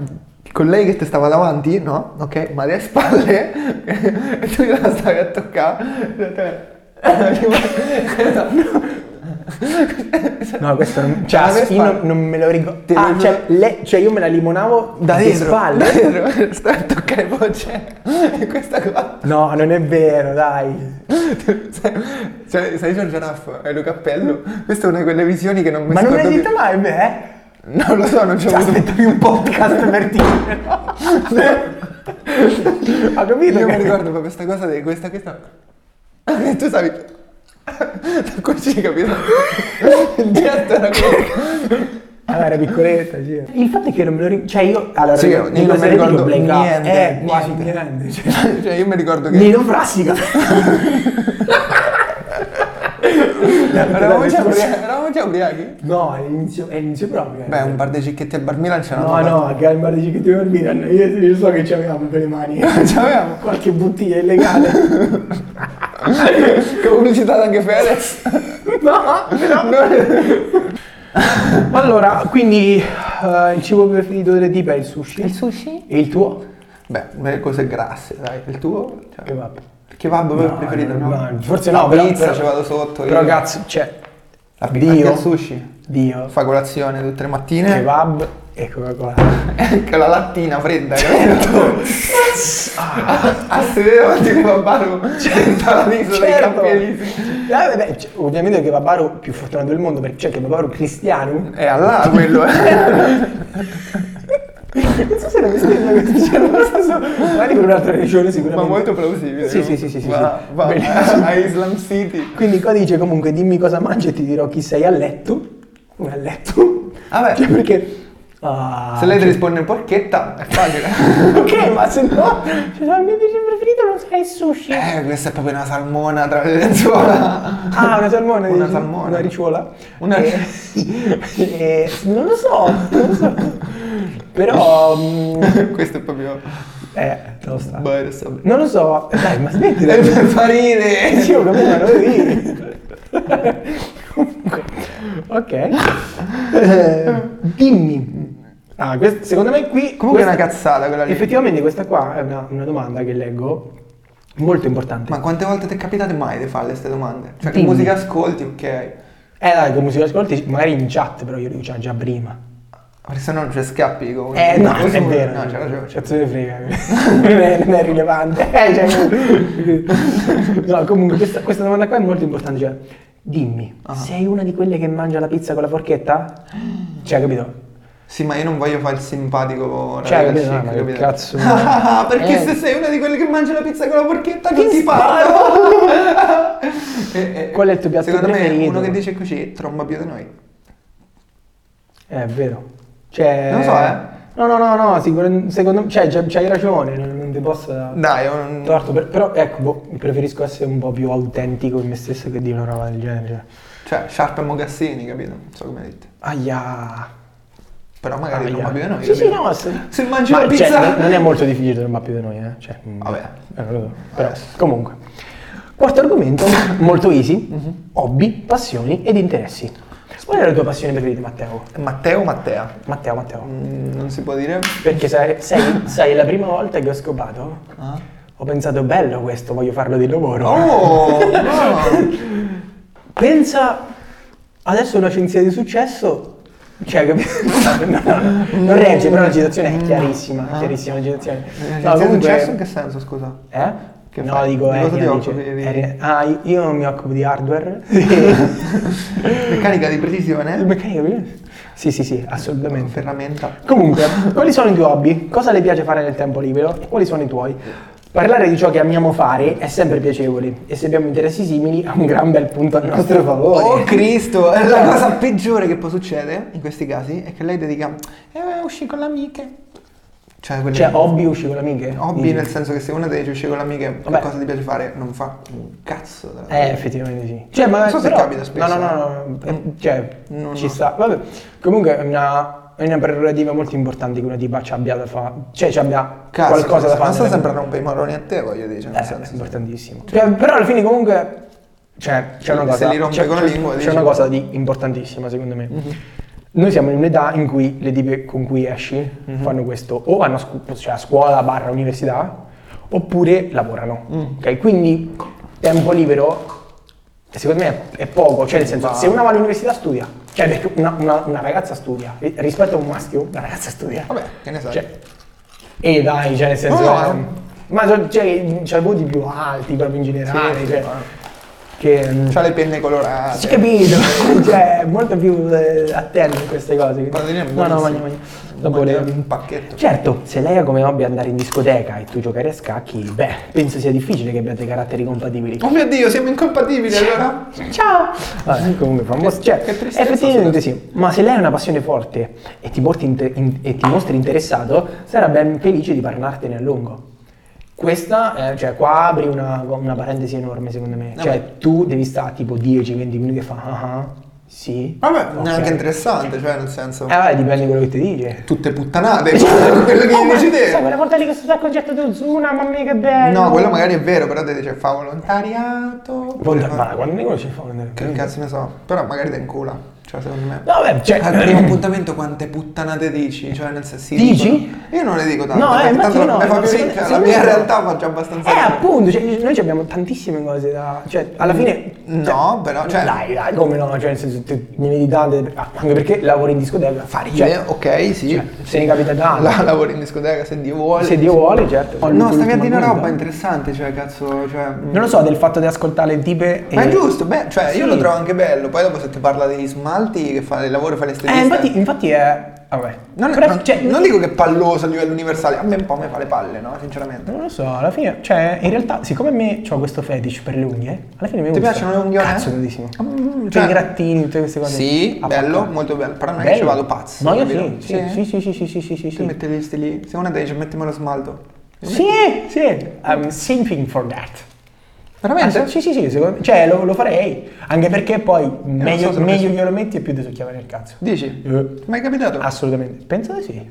S2: con lei che ti stava davanti, no? Ok, ma alle spalle e tu la stavi a toccare.
S1: No, questo non...
S2: Cioè, alle
S1: Cioè, io
S2: spalle.
S1: non, non me lo ricordo.
S2: Te lo
S1: Ah,
S2: giuro.
S1: cioè, le- cioè, io me la limonavo
S2: Da
S1: di
S2: dietro,
S1: spalle.
S2: da dietro, stai a toccare le voce e questa qua.
S1: No, non è vero, dai.
S2: Cioè, sai Giorgio Raff e Luca Appello? Questa è una di quelle visioni che non mi
S1: Ma non
S2: scordo
S1: hai
S2: più.
S1: detto live, eh?
S2: Non lo so, non ci ho
S1: Cioè,
S2: avuto
S1: aspetta
S2: più un podcast.
S1: Cazzo per Ho capito
S2: Io
S1: che-
S2: mi ricordo proprio questa cosa di questa, questa. E tu stavi. Da qua ci capito? Il gesto era quello.
S1: Allora, era piccoletta, sì. Il fatto è che non me lo ricordo. Cioè, io. Allora,
S2: Sì, io-
S1: di
S2: io non
S1: cose
S2: mi
S1: retico
S2: ricordo
S1: blackout,
S2: niente,
S1: Eh, quasi
S2: niente.
S1: niente. Cioè,
S2: Cioè, io mi ricordo che.
S1: Neonfrassica.
S2: Eravamo già ubria- eravamo già ubriachi?
S1: diciamo No, è l'inizio, è l'inizio proprio. eh.
S2: Beh, un par di cicchetti al Bar Milan
S1: No,
S2: c'erano.
S1: no, che al bar di Cicchetti per Milan, io, io so che ci avevamo per le mani
S2: C'avevamo.
S1: qualche bottiglia illegale.
S2: Che ho pubblicitato anche Fedez.
S1: no, Allora, quindi eh, il cibo preferito delle tipe è il sushi. Il sushi? E il tuo?
S2: Beh, le cose grasse, dai. Il tuo? Cioè,
S1: Kebab.
S2: il kebab è il preferito, no?
S1: Forse
S2: La
S1: no, però,
S2: pizza
S1: però-
S2: ci vado sotto.
S1: Però
S2: io.
S1: cazzo, cioè,
S2: La pi- anche
S1: Dio,
S2: il sushi. Eh.
S1: Dio,
S2: Fa colazione tutte le mattine.
S1: kebab e Coca-Cola.
S2: Con la lattina fredda, capito? a, a sedere davanti a Babaro. Certo, la riso dai
S1: Ah. Certo.
S2: campionissimi.
S1: Eh, vabbè, cioè, ovviamente che Babaro più fortunato del mondo perché c'è che Babaro cristiano.
S2: E allora quello, eh.
S1: Non so se era cristiano questo, cioè, nel senso, magari con un'altra religione
S2: Ma
S1: sicuramente.
S2: molto plausibile.
S1: Sì, sì, sì, sì, sì,
S2: Va,
S1: sì.
S2: va
S1: Bellissimo.
S2: a Islam City.
S1: Quindi qua dice comunque dimmi cosa mangi e ti dirò chi sei a letto. Come a letto?
S2: Vabbè.
S1: Cioè perché Ah,
S2: Ah. Se lei ti
S1: cioè-
S2: risponde porchetta, è facile.
S1: ok, ma se no, cioè, il mio pesce preferito non sarà il sushi.
S2: eh, questa è proprio una salmona tra le lenzuola.
S1: Ah, una salmone,
S2: Una
S1: dici?
S2: salmona.
S1: Una ricciuola.
S2: Una-
S1: Eh, eh, non lo so, non lo so. Però... mm,
S2: Questo è proprio...
S1: eh, lo sta.
S2: Boh, lo so.
S1: Non lo so, dai, ma smettila.
S2: È per far
S1: Eh sì,
S2: ridere.
S1: ho capito, ma non lo dire. Comunque, ok. Eh, dimmi. Ah, quest- secondo me qui...
S2: Comunque è
S1: questa-
S2: una cazzata quella lì.
S1: Effettivamente questa qua è una, una domanda che leggo molto importante.
S2: Ma quante volte ti è capitato mai di farle queste domande? Cioè, che
S1: Dimmi.
S2: musica ascolti, ok.
S1: Eh dai, come si ascolti, magari in chat, però io dico già, già prima.
S2: Perché se no ci scappi con...
S1: Eh no,
S2: con-
S1: è vero.
S2: No, c'è ragione.
S1: Cazzo ne frega. non, è, non è rilevante. Eh,
S2: Eh,
S1: cioè, no, comunque questa, questa domanda qua è molto importante. Cioè, dimmi,
S2: Ah.
S1: sei una di quelle che mangia la pizza con la forchetta? Cioè, capito?
S2: Sì, ma io non voglio fare il simpatico
S1: Cioè,
S2: ragazzi,
S1: capito, no, ma che
S2: capito?
S1: cazzo.
S2: Ah, perché
S1: Eh.
S2: se sei una di quelle che mangia la pizza con la porchetta non
S1: Ti
S2: ti parlo. Eh, eh,
S1: Qual è il tuo piatto
S2: Secondo
S1: preferito?
S2: me uno che dice così tromba più di noi.
S1: Eh, È vero. Cioè...
S2: Non lo so, eh.
S1: No, no, no, no, sicur- secondo me... Cioè, c'hai- c'hai ragione, non, non ti posso... dare
S2: Dai, un...
S1: Torto, per- però ecco, boh, preferisco essere un po' più autentico in me stesso che dire una roba del genere.
S2: cioè Sharp e Mogassini, capito? Non so come dite.
S1: Aia.
S2: Però magari
S1: Aia.
S2: tromba più di noi.
S1: Ah, Sì, sì,
S2: capito?
S1: no, se,
S2: Se mangi la
S1: cioè,
S2: pizza-
S1: non- non è molto difficile trovare più di noi, eh. Cioè, mm,
S2: Vabbè.
S1: eh, non lo so. Però, comunque. Quarto argomento, molto easy.
S2: Mhm.
S1: Hobby, passioni ed interessi. Qual è la tua passione preferita, Matteo?
S2: Matteo Mattea.
S1: Matteo, Matteo.
S2: Mm, non si può dire.
S1: Perché sai, sai, sai, la prima volta che ho scopato,
S2: Ah.
S1: ho pensato, bello questo, voglio farlo di lavoro.
S2: Oh! no.
S1: Pensa, adesso una scienza di successo, cioè, capito? No, no, no, non regge, però la citazione è chiarissima,
S2: Ah.
S1: chiarissima la citazione.
S2: Eh,
S1: No,
S2: è
S1: comunque-
S2: successo in che senso, scusa?
S1: Eh?
S2: Che
S1: no,
S2: fai?
S1: dico,
S2: Di
S1: eh,
S2: cosa ti
S1: dice-
S2: occupi? Di-
S1: eh, ah, io- io mi occupo di hardware. Eh,
S2: Meccanica di precisione?
S1: Il meccanico? eh? Sì, sì, sì, assolutamente.
S2: Ferramenta.
S1: Comunque, quali sono i tuoi hobby? Cosa le piace fare nel tempo libero? E quali sono i tuoi? Parlare di ciò che amiamo fare è sempre piacevole e se abbiamo interessi simili ha un gran bel punto a nostro favore.
S2: Oh Cristo! è La cosa peggiore che può succedere in questi casi è che lei dedica. Eh, usci con le amiche. Cioè, quelle
S1: Cioè, hobby usci con le amiche?
S2: hobby
S1: Dici?
S2: nel senso che se uno ti dice uscire con le amiche,
S1: Vabbè.
S2: che cosa ti piace fare? Non fa un cazzo della
S1: Eh, effettivamente sì. Cioè, ma
S2: Non so se
S1: però-
S2: capita spesso,
S1: No, no, no, no, eh, cioè,
S2: No,
S1: ci
S2: no.
S1: sta. Vabbè, comunque è una, è una prerogativa molto importante che una tipa ci abbia da fare, cioè ci abbia
S2: Cazzo,
S1: qualcosa da fare.
S2: Non sto
S1: nella-
S2: sempre a rompere i marroni a te, voglio dire. cioè, nel
S1: Eh, è
S2: senso.
S1: importantissimo. Cioè, però alla fine comunque cioè, c'è una
S2: Se
S1: cosa,
S2: li rompe
S1: c'è,
S2: con la
S1: c'è-
S2: lingua,
S1: c'è
S2: dici. Mhm.
S1: una cosa di importantissima secondo me. Noi siamo in un'età in cui le tipe con cui esci
S2: Mhm.
S1: fanno questo o vanno a, scu- cioè a scuola barra università oppure lavorano.
S2: Mm.
S1: ok? Quindi tempo libero secondo me è, è poco, cioè nel senso se una va all'università studia, cioè perché una, una- una ragazza studia, ri- rispetto a un maschio una ragazza studia.
S2: Vabbè, che ne sai.
S1: Cioè, e dai, cioè nel senso...
S2: No, no,
S1: eh, Ma so- cioè, c'ha i voti più alti proprio in generale,
S2: Sì, sì,
S1: cioè,
S2: ma- Cioè,
S1: che... mm,
S2: C'ha le penne colorate.
S1: si capito, cioè, è molto più eh, attento in queste cose. quindi-
S2: Guarda, lì è
S1: no, no,
S2: buonissimo.
S1: mangia, mangia. Dopo
S2: Mangia
S1: le-
S2: un pacchetto.
S1: Certo, se lei ha come hobby andare in discoteca e tu giocare a scacchi, beh, penso sia difficile che abbiate caratteri compatibili.
S2: Oh mio dio, siamo incompatibili allora?
S1: Ciao! Vabbè, Ah, comunque fa un po' cioè,
S2: che tristezza,
S1: effettivamente sì, ma se lei ha una passione forte e ti, porti inte- in- e ti mostri interessato, sarà ben felice di parlartene a lungo. Questa, eh, cioè qua apri una, una parentesi enorme secondo me,
S2: Eh
S1: cioè
S2: beh.
S1: tu devi stare tipo 10-20 minuti e fa ah ah, sì.
S2: Vabbè,
S1: ok."
S2: è anche interessante, cioè, nel senso.
S1: Eh vabbè, dipende da quello che ti dice.
S2: Tutte puttanate, cioè, quello che
S1: Oh,
S2: gli
S1: ma
S2: dici te.
S1: sai, quella volta lì che sono stato al concerto di Ozuna, mamma mia che bello!
S2: No, quello magari è vero, però te dice fa volontariato. oppure
S1: Volta-
S2: no.
S1: Ma quando ne conosci fa?
S2: Che cazzo ne so. Però magari te incula. Cioè, secondo me.
S1: No, vabbè, cioè...
S2: Al primo appuntamento quante puttanate dici? Cioè, nel senso. sì,
S1: Dici?
S2: dicono- Io non le dico tanto.
S1: No, eh,
S2: perché
S1: infatti
S2: tanto
S1: no,
S2: mi fa
S1: no,
S2: più
S1: secondo-
S2: ricca. La
S1: secondo
S2: mia
S1: me-
S2: realtà faccio abbastanza.
S1: Eh,
S2: ridere.
S1: appunto, cioè, noi abbiamo tantissime cose da... Cioè, alla fine...
S2: No, però, cioè.
S1: Dai, dai, come no? Cioè, nel senso, te- ne vedi tante... ah, Anche perché lavori in discoteca.
S2: Fare
S1: Cioè,
S2: idea, ok, sì.
S1: cioè, se ne capita tante.
S2: La lavori in discoteca se Dio vuole.
S1: Se Dio vuole, certo.
S2: No, stavi a dire una
S1: L'ultima
S2: roba
S1: guida.
S2: interessante, cioè, cazzo, cioè. mm.
S1: Non lo so, del fatto di ascoltare le tipe...
S2: Ma
S1: e-
S2: è giusto, beh, cioè,
S1: Sì.
S2: io lo trovo anche bello. Poi dopo se ti parla degli smalti che fa il lavoro, fa
S1: Eh,
S2: l'estetista.
S1: infatti, infatti è...
S2: vabbè. Non,
S1: Però,
S2: non-
S1: cioè,
S2: non dico che è palloso a livello universale, a me un po' mi fa le palle, no? Sinceramente.
S1: Non lo so, alla fine, cioè, in realtà, siccome me ho questo fetish per le unghie, alla fine mi
S2: Ti
S1: gusta.
S2: piacciono le unghiole?
S1: Cazzo, tantissimo.
S2: Mm,
S1: cioè,
S2: cioè-
S1: i grattini, tutte queste cose.
S2: Sì,
S1: A
S2: bello,
S1: parte.
S2: molto bello. Però non è che ci
S1: Bello.
S2: vado pazzo.
S1: No, io
S2: capito?
S1: sì, sì, sì, sì, sì, sì, sì, sì, sì,
S2: Tu
S1: sì.
S2: metteresti lì. Se uno te dice mettimelo smalto.
S1: Sì, sì, I'm simping for that.
S2: Veramente?
S1: Ah, sì, sì, sì, secondo me, cioè, lo, lo farei, anche perché poi meglio,
S2: so se lo
S1: meglio
S2: penso-
S1: che lo metti e più ti succhiava nel cazzo.
S2: Dici?
S1: Eh.
S2: Ma è capitato?
S1: Assolutamente, penso di sì.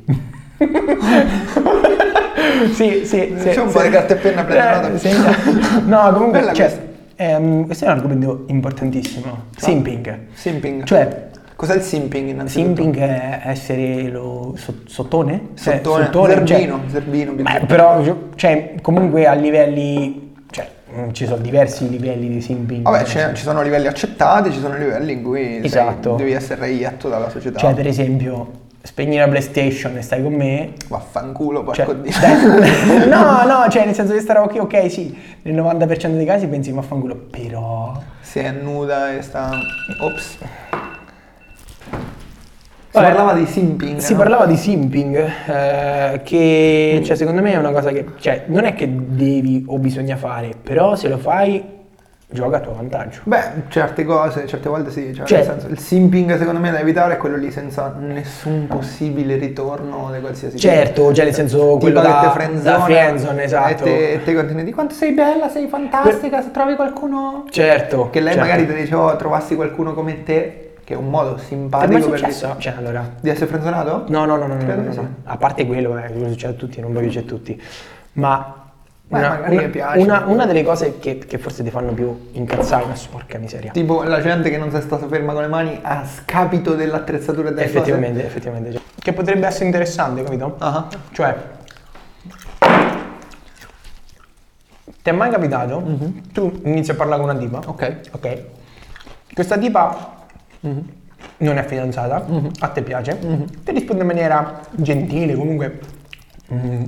S1: sì, sì, sì.
S2: C'è un
S1: sì.
S2: po' di carta e penna,
S1: Eh,
S2: prendo nota.
S1: sì, no. no, comunque,
S2: Bella
S1: cioè,
S2: questa.
S1: ehm, questo è un argomento importantissimo. Simping.
S2: Simping.
S1: Cioè,
S2: Cos'è il simping innanzitutto?
S1: simping è essere lo so- sottone? Cioè,
S2: Sottone,
S1: cioè-
S2: zerbino, zerbino,
S1: ma,
S2: bisognò.
S1: però, cioè, comunque a livelli, cioè, mm, ci sono diversi livelli di simping.
S2: Vabbè, c'è- ci sono livelli accettati, ci sono livelli in cui sei-
S1: Esatto.
S2: devi essere reietto dalla società.
S1: Cioè, per esempio, spegni la PlayStation e stai con me,
S2: Vaffanculo,
S1: Cioè,
S2: porco dio.
S1: dai. no, no, cioè nel senso che stare ok, ok, sì, nel 90% dei casi pensi, ma fanculo, però...
S2: Se è nuda e sta... Ops. Si
S1: Vabbè,
S2: parlava di simping,
S1: Si
S2: no? Mm.
S1: parlava di simping, eh, che cioè, secondo me è una cosa che, cioè, non è che devi o bisogna fare, però se lo fai, gioca a tuo vantaggio.
S2: Beh, certe cose, certe volte sì, cioè,
S1: Cioè-
S2: nel senso, il simping secondo me da evitare è quello lì senza nessun possibile ritorno di qualsiasi
S1: Certo, cioè nel senso
S2: tipo.
S1: quello
S2: che
S1: da,
S2: te friendzona
S1: da friendzone, esatto.
S2: E te, e te continui a dire quanto sei bella, sei fantastica, se trovi qualcuno...
S1: Certo.
S2: Che lei
S1: certo.
S2: magari ti dice, oh, trovassi qualcuno come te, che è un modo
S1: Ti è mai
S2: simpatico per
S1: successo? Cioè, allora,
S2: Di essere frenzonato?
S1: No, no, no, no, no,
S2: Credo
S1: no, no,
S2: di
S1: no.
S2: sì.
S1: a parte quello, eh, quello succede a tutti, non voglio a tutti, ma
S2: Ma magari le piace.
S1: una- una delle cose che, che forse ti fanno più incazzare, una sporca miseria.
S2: Tipo la gente che non si è stata ferma con le mani a scapito dell'attrezzatura e delle cose.
S1: effettivamente, effettivamente. cioè. Che potrebbe essere interessante, capito?
S2: Ah,
S1: Cioè, ti è mai capitato?
S2: Mhm.
S1: Tu inizi a parlare con una tipa,
S2: ok.
S1: ok? Questa tipa Mhm. non è fidanzata,
S2: Mhm.
S1: a te piace, ti risponde in maniera gentile, comunque mm,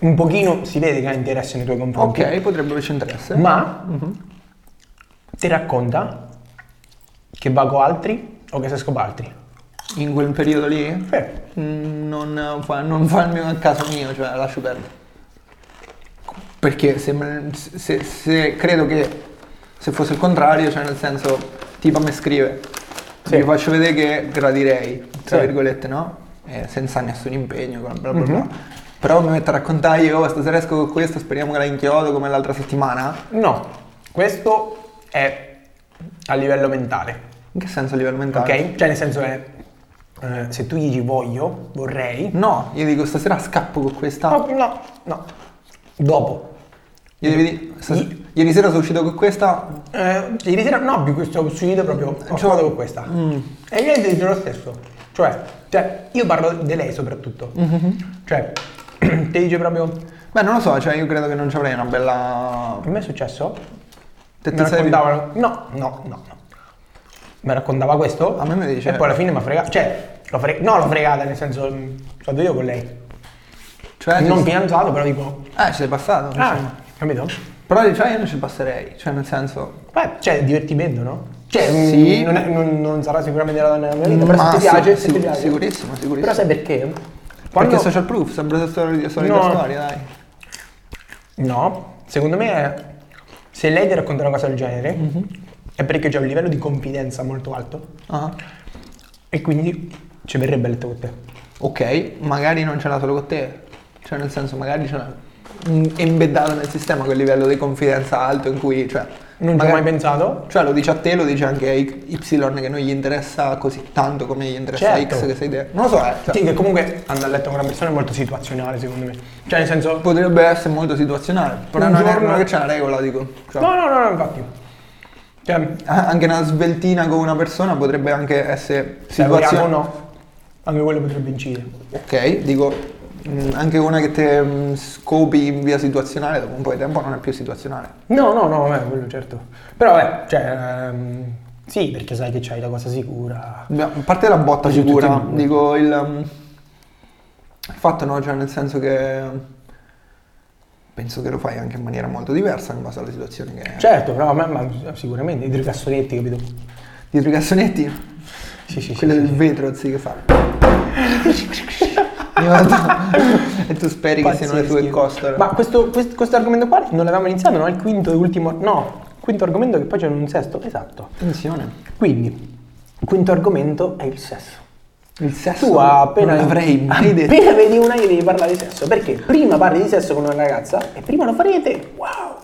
S1: un pochino si vede che ha interesse nei tuoi confronti,
S2: Ok, Mhm. potrebbe averci interesse.
S1: ma ti racconta che va con altri o che si scopa altri.
S2: In quel periodo lì?
S1: Eh,
S2: Mm, Non fa, non fa il mio a caso mio, cioè lascio perdere. Perché se, me- se- se credo che se fosse il contrario, cioè nel senso, tipo mi scrive,
S1: Sì.
S2: vi faccio vedere che gradirei, tra
S1: Sì.
S2: virgolette, no? Eh, senza nessun impegno, bla bla bla. bla.
S1: Mhm.
S2: Però mi metto a raccontare io, "Oh, stasera esco con questo, speriamo che la inchiodo come l'altra settimana.
S1: No, questo è a livello mentale.
S2: In che senso a livello mentale?
S1: Ok? Cioè, nel senso è. eh, se tu gli dici voglio, vorrei.
S2: No, io dico stasera scappo con questa.
S1: No, no, no. Dopo.
S2: Io devi dire, stas- ieri sera sono uscito con questa,
S1: Eh, ieri sera no, più questo ho uscito proprio. Ho giocato con questa. E io ti dico lo stesso. Cioè, cioè, io parlo di lei soprattutto. Cioè, ti dice proprio.
S2: Beh, non lo so, cioè io credo che non ci avrei una bella.
S1: A me è successo?
S2: Te- te
S1: mi
S2: sei-
S1: raccontavano. No, no, no, no. Mi raccontava questo?
S2: A me mi dice-
S1: E poi alla fine mi ha fregato. Cioè, l'ho fre- no, l'ho fregata, nel senso. mh, Sono io con lei.
S2: Eh, Cioè,
S1: non
S2: ti-
S1: fidanzato, però dico.
S2: Eh, ci sei passato.
S1: Ah,
S2: insomma.
S1: capito?
S2: Però cioè, io non ci passerei. Cioè, nel senso.
S1: Beh, cioè, è divertimento, no? Cioè, mh,
S2: Sì.
S1: non, è- non- non sarà sicuramente la donna della mia vita, però
S2: ma
S1: se ti piace,
S2: sì,
S1: se ti
S2: sicu-
S1: piace.
S2: Sicurissimo, sicurissimo.
S1: Però sai perché?
S2: Perché social proof, sempre la solita, solita
S1: No.
S2: storia, dai.
S1: No, secondo me è- se lei ti racconta una cosa del genere
S2: Mhm.
S1: è perché c'è un livello di confidenza molto alto
S2: Ah.
S1: e quindi ci verrebbe a letto con te.
S2: Ok, magari non ce l'ha solo con te. Cioè, nel senso, magari ce l'ha mm, embeddata nel sistema quel livello di confidenza alto in cui, cioè.
S1: Non ci ho
S2: magari-
S1: mai pensato.
S2: Cioè, lo dice a te, lo dice anche a Y che non gli interessa così tanto come gli interessa
S1: Certo.
S2: X che sei te. Non lo so, eh. cioè-
S1: Sì, che comunque andare a letto con una persona è molto situazionale, secondo me. Cioè, nel senso.
S2: Potrebbe essere molto situazionale, però
S1: Un
S2: non, è,
S1: giorno-
S2: non è che c'è una regola, dico. Cioè,
S1: No, no, no, no, infatti. Cioè,
S2: a- Anche una sveltina con una persona potrebbe anche essere
S1: se vogliamo o
S2: situazionale.
S1: no, anche quello potrebbe incidere.
S2: Ok, dico, mh, anche una che te mh, scopi in via situazionale dopo un po' di tempo non è più situazionale.
S1: No, no, no, vabbè, quello certo. Però, vabbè, cioè. ehm, sì, perché sai che c'hai la cosa sicura.
S2: Beh, A parte la botta
S1: Sì,
S2: sicura,
S1: tutti-
S2: dico il, mh, il fatto no, cioè nel senso che mh, penso che lo fai anche in maniera molto diversa in base alla situazione che è.
S1: Certo, però, ma, ma sicuramente, i tre cassonetti, capito?
S2: Dietro i cassonetti,
S1: Sì, sì, sì.
S2: quello
S1: sì,
S2: del
S1: sì.
S2: vetro, sì che fa. Ogni volta- e tu speri che siano le tue
S1: Pazzeschi.
S2: costole.
S1: Ma questo, quest- questo argomento qua non l'avevamo iniziato, no? Il quinto e ultimo. No, quinto argomento che poi c'è un sesto. Esatto.
S2: attenzione.
S1: Quindi, il quinto argomento è il sesso.
S2: Il sesso
S1: Tu appena,
S2: non l'avrei mai detto.
S1: appena vedi una che devi parlare di sesso, perché prima parli di sesso con una ragazza e prima lo farete. Wow!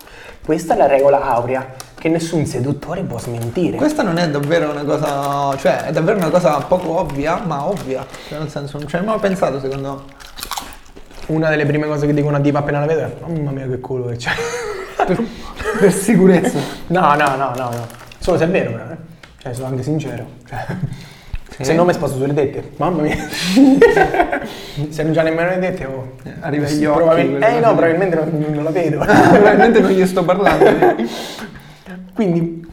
S1: Questa è la regola aurea che nessun seduttore può smentire.
S2: Questa non è davvero una cosa, cioè è davvero una cosa poco ovvia, ma ovvia. Cioè, nel senso, non ci avevo mai pensato secondo
S1: Una delle prime cose che dico a una diva appena la vedo è mamma mia che culo che c'è.
S2: per, per sicurezza.
S1: No, no, no, no, no. Solo se è vero, però, eh. Cioè, sono anche sincero. Cioè,
S2: Sì.
S1: Se no mi sposo sulle tette, mamma mia. se non già nemmeno le tette, oh.
S2: Eh, arriva agli occhi,
S1: Probabil-
S2: quelle
S1: eh
S2: cose
S1: no,
S2: lì.
S1: probabilmente non, non la vedo.
S2: Probabilmente non gli sto parlando.
S1: Quindi,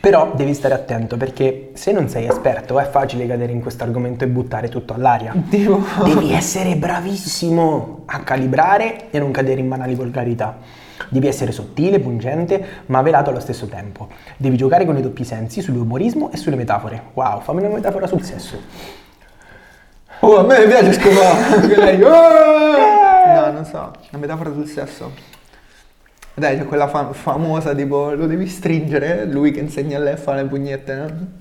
S1: però devi stare attento perché se non sei esperto è facile cadere in questo argomento e buttare tutto all'aria.
S2: Tipo,
S1: Devi essere bravissimo a calibrare e non cadere in banali volgarità. Devi essere sottile, pungente, ma velato allo stesso tempo. Devi giocare con i doppi sensi, sull'umorismo e sulle metafore. Wow, fammi una metafora sul sesso.
S2: oh, a me piace scopare. che lei, "Oh!" No, non so, la metafora sul sesso. Dai, c'è quella fa- famosa tipo, lo devi stringere, lui che insegna a lei a fare le pugnette,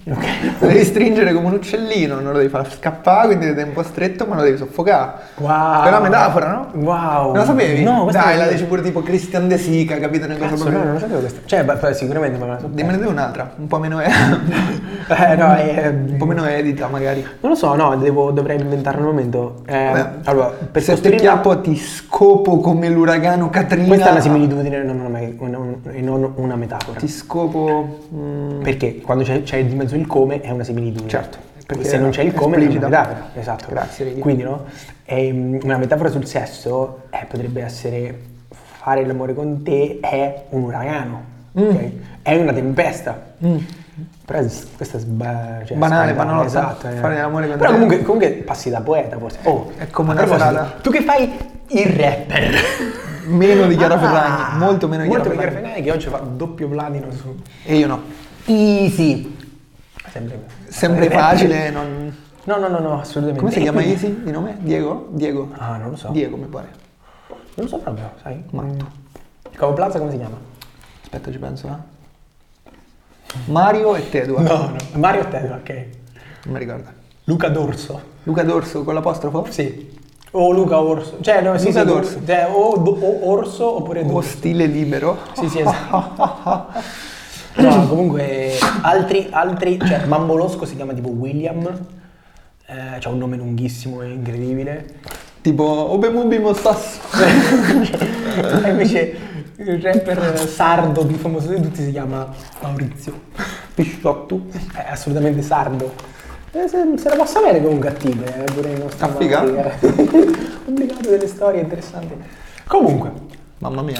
S2: no? Lo devi stringere come un uccellino, non lo devi far scappare, quindi lo devi un po' stretto, ma lo devi soffocare.
S1: Wow.
S2: Quella metafora, no?
S1: Wow.
S2: Non lo sapevi?
S1: No, questa
S2: Dai,
S1: non-
S2: la dici pure tipo Christian De Sica, capito? Una cosa
S1: Cazzo,
S2: proprio-
S1: no, non lo sapevo questa. Cioè, beh, beh, sicuramente ma
S2: Dimmene tu un'altra, un po' meno, eh,
S1: Eh, no, è...
S2: un po' meno edita magari.
S1: Non lo so, no, devo, dovrei inventarlo al momento. Eh,
S2: Vabbè.
S1: allora, per
S2: se
S1: costruire...
S2: te chiappo ti scopo come l'uragano Katrina.
S1: Questa è una similitudine, non una, me- una- un- e non una metafora.
S2: Ti scopo... mm,
S1: Perché quando c'è, c'è di mezzo il come è una similitudine.
S2: Certo, perché
S1: Se non c'è il
S2: è
S1: come è una
S2: esplicita.
S1: metafora. Esatto.
S2: Grazie, Ricky.
S1: Quindi, no? Ehm, una metafora sul sesso eh, potrebbe essere fare l'amore con te è un uragano,
S2: Mm.
S1: ok? È una tempesta.
S2: mm.
S1: Però s- questa è sba- cioè, scontata,
S2: Banale, banalotta.
S1: Esatto. eh.
S2: Fare l'amore con
S1: Però
S2: te. Eh,
S1: comunque, comunque passi da poeta forse. Oh,
S2: È come
S1: a
S2: una
S1: proposito,
S2: serata.
S1: Tu che fai il rapper.
S2: Meno di Chiara
S1: Ah,
S2: Ferragni, molto meno di Chiara Ferragni.
S1: Ferragni che oggi fa doppio platino su.
S2: E io no.
S1: Easy. Sempre,
S2: Sempre
S1: rapper.
S2: facile, non...
S1: No, no, no, no, assolutamente.
S2: Come si
S1: E
S2: chiama
S1: quindi-
S2: Easy di nome? Diego? Diego.
S1: Ah, non lo so.
S2: Diego mi pare.
S1: Non lo so proprio, sai.
S2: Matto.
S1: Il Capo Plaza come si chiama?
S2: Aspetta, ci penso, eh. Mario e Tedua.
S1: no. Mario Tedra, ok.
S2: Non mi ricordo.
S1: Luca Dorso.
S2: Luca Dorso con l'apostrofo?
S1: Sì. O Luca Orso. Cioè, no, sì,
S2: Luca
S1: sì,
S2: Dorso.
S1: Cioè, o, do- o Orso oppure
S2: O
S1: Dorso.
S2: stile libero.
S1: Sì, sì, esatto. No, comunque altri, altri, cioè Mambolosco si chiama tipo William, eh, c'ha un nome lunghissimo e incredibile.
S2: Tipo Obemubi Mossas.
S1: e invece il rapper sardo più famoso di tutti si chiama Maurizio Pisciotto, è assolutamente sardo. Eh, Se, se la possa avere comunque attiva, eh, pure i nostri
S2: Ah, figa.
S1: amanti, eh. Pubblicato delle storie interessanti. Comunque,
S2: Mamma mia.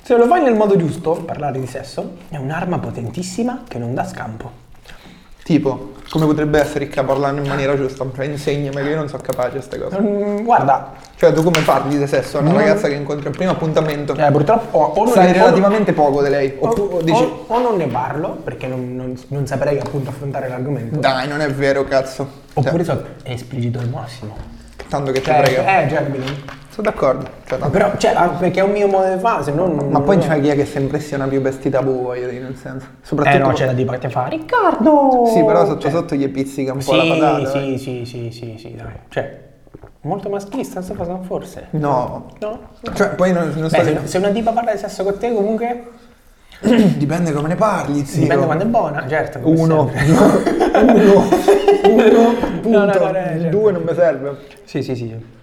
S1: Se lo fai nel modo giusto, parlare di sesso è un'arma potentissima che non dà scampo.
S2: Tipo, come potrebbe essere che parlando in maniera giusta? Cioè, insegnami che io non sono capace a queste cose.
S1: Mm, Guarda,
S2: Cioè, tu come parli di sesso a una
S1: No.
S2: ragazza che incontri al primo appuntamento?
S1: eh, purtroppo o, o non
S2: Sai Oh,
S1: ne- o-
S2: relativamente poco di lei.
S1: o-
S2: Oppure dici,
S1: o- o non ne parlo perché non, non- non saprei appunto affrontare l'argomento.
S2: dai, non è vero, cazzo.
S1: Oppure so esplicito al massimo.
S2: Cioè, tanto che ti
S1: Cioè,
S2: prega.
S1: eh, già capito.
S2: Sono d'accordo. Cioè, tanto-
S1: Però, cioè, ah, perché è un mio modo di fare, se no non.
S2: Ma poi
S1: non-
S2: c'è chi è che si impressiona più per sti tabù, voglio dire, nel senso.
S1: Eh
S2: Soprattutto... Oh,
S1: no, c'è la tipa che ti fa Riccardo!
S2: cioè, Sì, però sotto
S1: Cioè,
S2: sotto gli pizzica un po' la
S1: Sì,
S2: patata. eh.
S1: sì, sì, sì, sì, sì, dai. Cioè, molto maschilista questa cosa, forse.
S2: No.
S1: No?
S2: Cioè, poi non, non
S1: Beh,
S2: so...
S1: se, se una tipa parla di sesso con te, comunque
S2: Dipende come ne parli, zio.
S1: dipende quando è buona, certo. come
S2: Uno.
S1: sempre.
S2: uno. Uno. Punto.
S1: No, no, no, no,
S2: Il
S1: certo.
S2: Due non mi serve.
S1: Sì, sì, sì.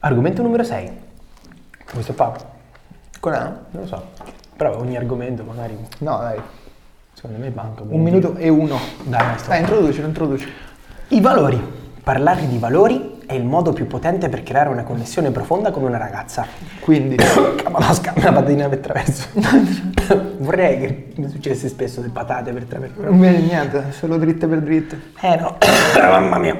S1: Argomento numero 6. Questo qua,
S2: Qual è?
S1: non lo so. Però ogni argomento magari,
S2: No, dai.
S1: secondo me, manca
S2: Un minuto Eh. e uno.
S1: Dai, basta.
S2: Dai, introducilo, introduci.
S1: I valori. Parlare di valori è il modo più potente per creare una connessione profonda con una ragazza.
S2: Quindi,
S1: Cavalosca, una patina per traverso. Vorrei che mi successe spesso le patate per traverso.
S2: non vedi niente, solo dritte per dritte.
S1: Eh no, mamma mia.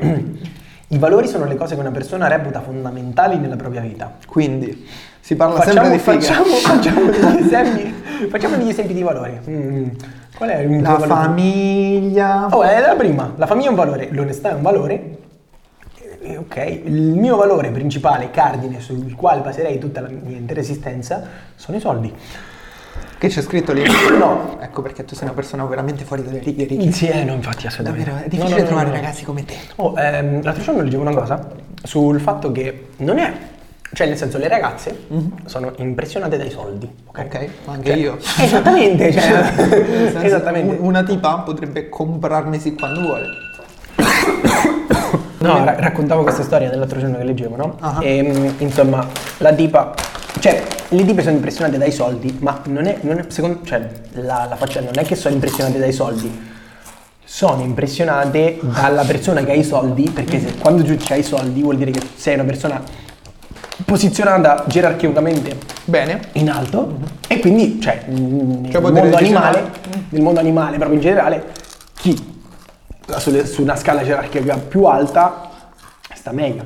S1: I valori sono le cose che una persona reputa fondamentali nella propria vita.
S2: Quindi, si parla
S1: Facciamo,
S2: sempre di figa.
S1: facciamo, facciamo degli esempi, facciamo degli esempi di valori. Mm, Qual è un
S2: La
S1: tuo valore?
S2: famiglia.
S1: Oh, è la prima. La famiglia è un valore, l'onestà è un valore. Eh, Ok, il mio valore principale, cardine, sul quale baserei tutta la mia intera esistenza, sono i soldi.
S2: Che c'è scritto lì?
S1: No.
S2: Ecco perché tu sei una persona veramente fuori dalle righe, Ricky.
S1: Sì, eh, no, infatti, assolutamente.
S2: Davvero, è
S1: No,
S2: difficile
S1: no, no,
S2: trovare
S1: no.
S2: ragazzi come te.
S1: Oh, ehm, l'altro giorno leggevo una cosa sul fatto che non è... Cioè, nel senso, le ragazze sono impressionate dai soldi, ok?
S2: Mhm. Ok, ma anche
S1: Cioè,
S2: io.
S1: Esattamente, cioè,
S2: Nel senso,
S1: esattamente.
S2: un- Una tipa potrebbe comprarmesi quando vuole.
S1: No, ra- raccontavo questa storia dell'altro giorno che leggevo, no?
S2: Ah.
S1: E, mm, insomma, la tipa... Cioè, le tipe sono impressionate dai soldi, ma non è... Non è- secondo, cioè, la, la faccenda non è che sono impressionate dai soldi. Sono impressionate dalla persona che ha i soldi, perché se, quando giù c'hai i soldi vuol dire che sei una persona posizionata gerarchicamente
S2: Bene.
S1: in alto e quindi, cioè, nel
S2: Cioè, potere
S1: mondo
S2: decisionale.
S1: animale, nel mondo animale proprio in generale, chi sulle- su una scala gerarchica più alta sta meglio.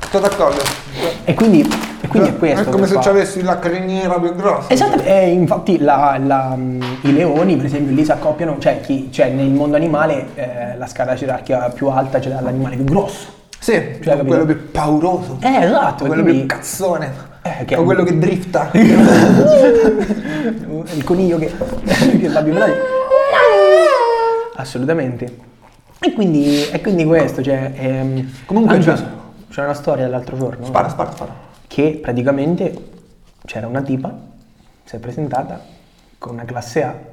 S2: Sto d'accordo.
S1: E quindi, e quindi è
S2: Cioè,
S1: questo.
S2: È come
S1: che
S2: se
S1: fa.
S2: ci avessi la criniera più grossa.
S1: Esatto, e infatti la- la, mm, i leoni per esempio lì si accoppiano, cioè, chi- cioè, nel mondo animale eh, la scala gerarchica più alta ce l'ha l'animale più grosso.
S2: Sì,
S1: Cioè,
S2: o quello
S1: capito?
S2: più pauroso.
S1: Eh esatto,
S2: o quello
S1: quindi-
S2: più cazzone.
S1: Eh, che-
S2: o quello che drifta.
S1: il coniglio che, che la bimba assolutamente e quindi, e quindi questo cioè ehm,
S2: Comunque
S1: anche-
S2: c'è-
S1: c'è una storia l'altro giorno
S2: spara, spara, spara.
S1: che praticamente c'era una tipa si è presentata con una classe A e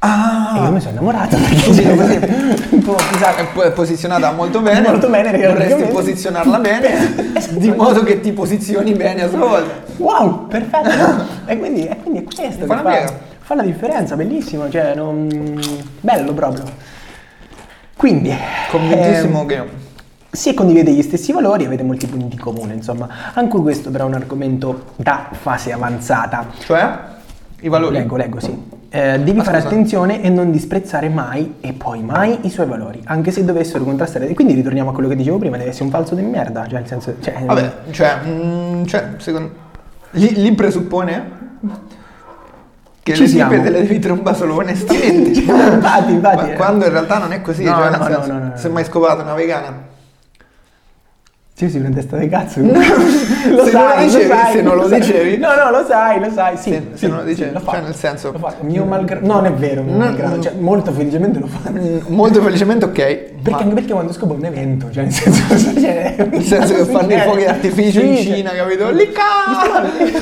S2: Ah.
S1: io mi sono innamorato perché
S2: Eh, Sì,
S1: c'era
S2: così.
S1: un po'
S2: È
S1: esatto.
S2: po- è posizionata molto bene.
S1: Molto bene,
S2: Vorresti
S1: praticamente.
S2: posizionarla bene, di modo che ti posizioni bene a sua volta.
S1: wow perfetto e quindi, e quindi è questo
S2: Fa
S1: che fa,
S2: la piega.
S1: fa la differenza bellissimo cioè non- bello proprio quindi
S2: Convintissimo
S1: ehm,
S2: che
S1: se condividete gli stessi valori avete molti punti in comune insomma anche questo però è un argomento da fase avanzata
S2: Cioè? I valori. Ah,
S1: Leggo, leggo, sì. Eh, devi fare
S2: scusa.
S1: attenzione e non disprezzare mai e poi mai i suoi valori, anche se dovessero contrastare. E quindi ritorniamo a quello che dicevo prima, deve essere un falso di merda, cioè nel senso... Cioè,
S2: Vabbè, cioè, mm, cioè, secondo... Lì, lì presuppone che
S1: Ci
S2: le
S1: siamo.
S2: tipe te le devi trombare solo onestamente.
S1: Cioè, infatti, infatti,
S2: Ma
S1: eh.
S2: quando in realtà non è così.
S1: No, no,
S2: cioè, nel
S1: no,
S2: senso,
S1: no, no, no.
S2: Se mai scopata una vegana.
S1: Sì, sì, una testa di cazzo. lo sai,
S2: non lo dicevi, se non lo
S1: sai.
S2: dicevi.
S1: No, no, lo sai, lo sai, sì.
S2: Se- se
S1: sì,
S2: non lo dicevi,
S1: sì, l'ho
S2: cioè,
S1: fatto.
S2: nel senso-
S1: L'ho fatto. Mio malgrado... Non è vero, mio
S2: No,
S1: malgrado,
S2: no.
S1: cioè, molto felicemente lo fanno.
S2: Mm, Molto felicemente ok. ma-
S1: Perché, anche perché quando scopo è un evento, cioè nel senso, cioè,
S2: Nel senso che fanno i fuochi d'artificio in
S1: Eh, Sì, cioè,
S2: Cina, capito? Lì cazzo!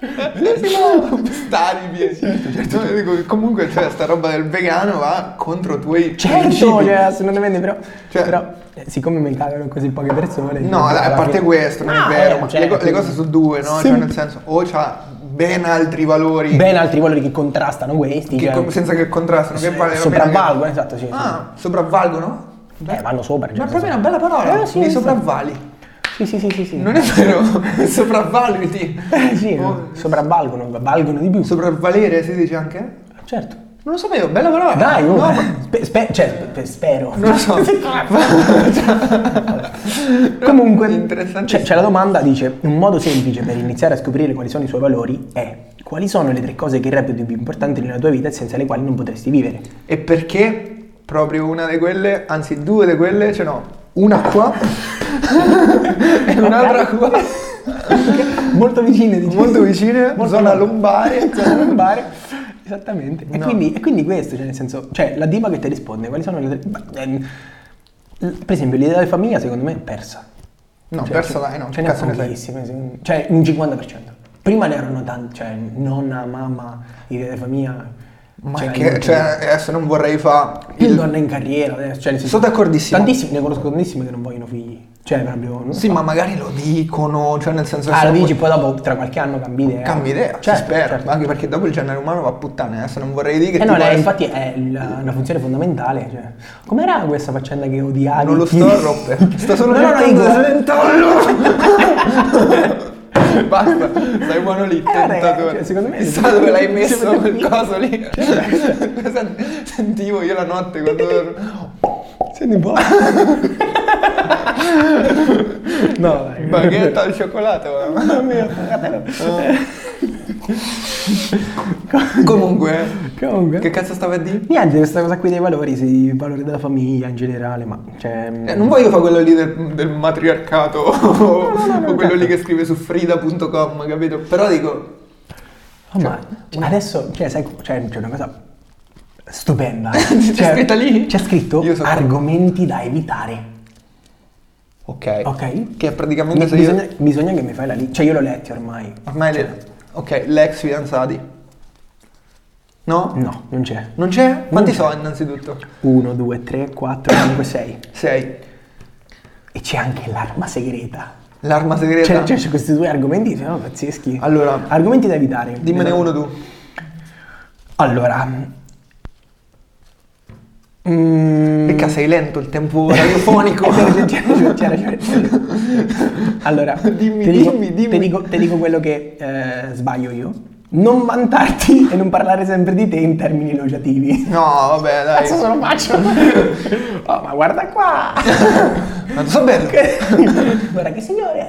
S2: Stari miei.
S1: Certo,
S2: Dico, Comunque, cioè, sta roba del vegano va contro i tuoi
S1: Certo,
S2: principi.
S1: cioè, assolutamente, però,
S2: Cioè-
S1: però eh, siccome mi cagano così poche persone... cioè,
S2: No, Ah,
S1: alla
S2: dai, a parte
S1: fine-
S2: questo, non
S1: No,
S2: è vero, ma
S1: cioè,
S2: le, co- le cose sono due, no? Cioè,
S1: Sempre.
S2: nel senso, o c'ha ben altri valori
S1: Ben altri valori che contrastano questi,
S2: che
S1: cioè,
S2: com- senza che contrastano, che
S1: so-
S2: vale la pena che-
S1: sopravvalgono, esatto, sì. sì.
S2: Ah, sopravvalgono?
S1: Eh, vanno sopra, cioè,
S2: Ma
S1: nel
S2: è
S1: senso-
S2: proprio una bella parola,
S1: Eh, sì,
S2: mi
S1: sì.
S2: sopravvali.
S1: Sì, sì, sì, sì, sì.
S2: Non è vero, sopravvaluti.
S1: Eh, sì,
S2: Oh,
S1: sopravvalgono, valgono di più.
S2: Sopravvalere si dice anche? Non
S1: certo.
S2: lo sapevo, bella parola.
S1: Dai,
S2: no,
S1: oh,
S2: ma-
S1: spe- spe- cioè, spe- spero.
S2: non lo so.
S1: Comunque,
S2: Interessantissimo.
S1: c'è, c'è la domanda, dice, un modo semplice per iniziare a scoprire quali sono i suoi valori è quali sono le tre cose che reputi più importanti nella tua vita e senza le quali non potresti vivere?
S2: E perché proprio una di quelle, anzi due di quelle, ce n'ho una qua e un'altra qua,
S1: Molto vicine, diciamo.
S2: molto vicine,
S1: Molto
S2: zona
S1: lontane.
S2: lombare.
S1: Zona lombare. Esattamente. E,
S2: No.
S1: quindi, e quindi questo, cioè nel senso, cioè la diva che ti risponde, quali sono le tre... beh, ehm, l- per esempio l'idea di famiglia secondo me è persa.
S2: No,
S1: Cioè,
S2: persa
S1: ce-
S2: dai, no,
S1: Ce ne
S2: cazzo
S1: sono
S2: ne sai.
S1: pochissime, secondo- cioè un 50%. Prima ne erano tanti, cioè nonna, mamma, idea di famiglia.
S2: Ma
S1: cioè,
S2: che,
S1: non-
S2: cioè, adesso non vorrei fare
S1: più
S2: il...
S1: donne in carriera adesso, cioè, nel senso-
S2: Sono d'accordissimo.
S1: Tantissimi, ne conosco tantissimi che non vogliono figli. Cioè proprio... non
S2: Sì, ma magari lo dicono, cioè nel senso...
S1: Ah,
S2: se
S1: lo
S2: non
S1: dici, poi dopo tra qualche anno cambi idea.
S2: Cambia idea, si
S1: Certo,
S2: spera,
S1: certo.
S2: ma anche perché dopo il genere umano va a puttane, adesso non vorrei dire che
S1: Eh no,
S2: tipo
S1: lei,
S2: adesso-
S1: infatti è la- una funzione fondamentale. Cioè. Com'era questa faccenda che odiavi?
S2: non lo sto a rompere, sto solo
S1: No, no, no,
S2: cercando
S1: Igor.
S2: di sventarlo. Basta, stai buono lì,
S1: Eh, raga,
S2: tentatore.
S1: cioè, secondo me-
S2: Chissà dove l'hai
S1: Se
S2: messo
S1: vede-
S2: quel coso lì. Sen- Sentivo io la notte quando...
S1: Senti un po'. No, dai.
S2: Baghetta al cioccolato. Mamma mia, Comunque,
S1: Comunque.
S2: che cazzo stavo a dire?
S1: Niente, questa cosa qui dei valori, sì, il valore della famiglia in generale, ma cioè...
S2: Eh, non voglio fare quello lì del, del matriarcato o, quello lì che scrive su frida.com, capito? Però dico,
S1: Oh, ma adesso, cioè, sai, cioè, c'è una cosa stupenda. Cioè,
S2: C'è scritta lì?
S1: C'è scritto
S2: Io so-
S1: argomenti da evitare.
S2: ok,
S1: Ok?
S2: che praticamente
S1: Mi-
S2: se
S1: bisogna, Cioè.
S2: io...
S1: bisogna che mi fai la lista. Cioè, io l'ho letti ormai.
S2: Ormai, le- ok, l'ex fidanzati. No?
S1: No, non c'è.
S2: Non c'è? Quanti
S1: c'è.
S2: so innanzitutto?
S1: 1, 2, 3, 4, 5, 6.
S2: Sei.
S1: E c'è anche l'arma segreta.
S2: L'arma segreta?
S1: Cioè, cioè, c'è questi due argomenti, sono pazzeschi.
S2: Allora,
S1: Argomenti da evitare.
S2: dimmene uno tu.
S1: Mm. Allora. Mm,
S2: Mica sei lento il tempo radiofonico.
S1: c'era, c'era, c'era, c'era. Allora,
S2: Dimmi,
S1: te dico,
S2: dimmi,
S1: te
S2: dimmi.
S1: dico- te dico quello che eh, sbaglio io. Non vantarti e non parlare sempre di te in termini elogiativi.
S2: No, vabbè, dai.
S1: Cazzo se lo faccio? Oh, ma guarda qua!
S2: Ma so bello.
S1: guarda che signore!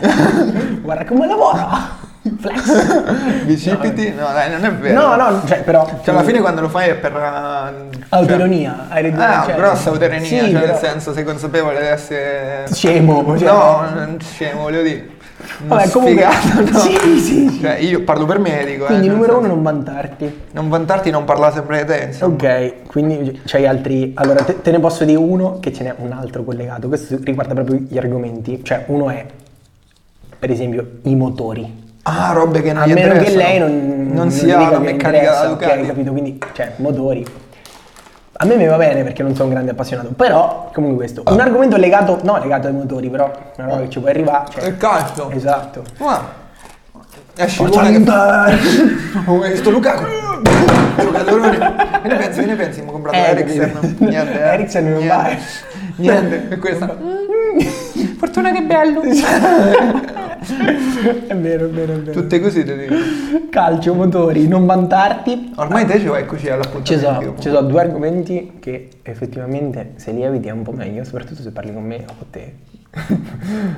S1: Guarda come lavora! Flex!
S2: Bicipiti? No, dai, non è
S1: No,
S2: vero.
S1: no, cioè però...
S2: Cioè, alla fine quando lo fai è per... eh,
S1: Autoironia, hai
S2: Cioè,
S1: ragione.
S2: ah,
S1: cioè-
S2: grossa autoironia,
S1: Sì,
S2: cioè
S1: però-
S2: nel senso sei consapevole di essere...
S1: Scemo, cioè-
S2: No, non scemo, voglio dire. uno
S1: Vabbè, comunque...
S2: sfigato, no.
S1: Sì, sì, sì.
S2: Cioè, io parlo per me, dico. eh,
S1: Quindi
S2: nel
S1: numero uno
S2: senso,
S1: non vantarti.
S2: Non vantarti, non parlare sempre di te, insomma.
S1: Ok, quindi c'hai altri... Allora, te, te ne posso dire uno che ce n'è un altro collegato. Questo riguarda proprio gli argomenti. Cioè, uno è, per esempio, i motori.
S2: Ah, robe che non
S1: A
S2: gli
S1: meno che
S2: interessano.
S1: lei non,
S2: Non
S1: mi
S2: sia
S1: dica
S2: una
S1: che le
S2: meccanica da
S1: interessa,
S2: Ducati.
S1: Ok, capito? Quindi, cioè, motori. A me mi va bene perché non sono un grande appassionato, però comunque questo. Un argomento legato, no legato ai motori, però una roba che ci può arrivare. cioè,
S2: Che cazzo?
S1: Esatto.
S2: Ma... È
S1: Forza
S2: scivolone che...
S1: Inter!
S2: Oh, Sto Lukaku! Giocatore! Che ne pensi? Che ne pensi? Mi ho comprato
S1: Eh,
S2: Eriksen.
S1: capito.
S2: Niente. eh.
S1: Eriksen non
S2: Niente.
S1: vai.
S2: Niente. E questa...
S1: Fortuna che bello! è vero, è vero, è vero.
S2: Tutte così ti dico.
S1: Calcio, motori, non vantarti.
S2: Ormai te ci vai così
S1: Ci
S2: all'appuntamento.
S1: sono, ci sono due argomenti che effettivamente se li eviti è un po' meglio, soprattutto se parli con me o con te.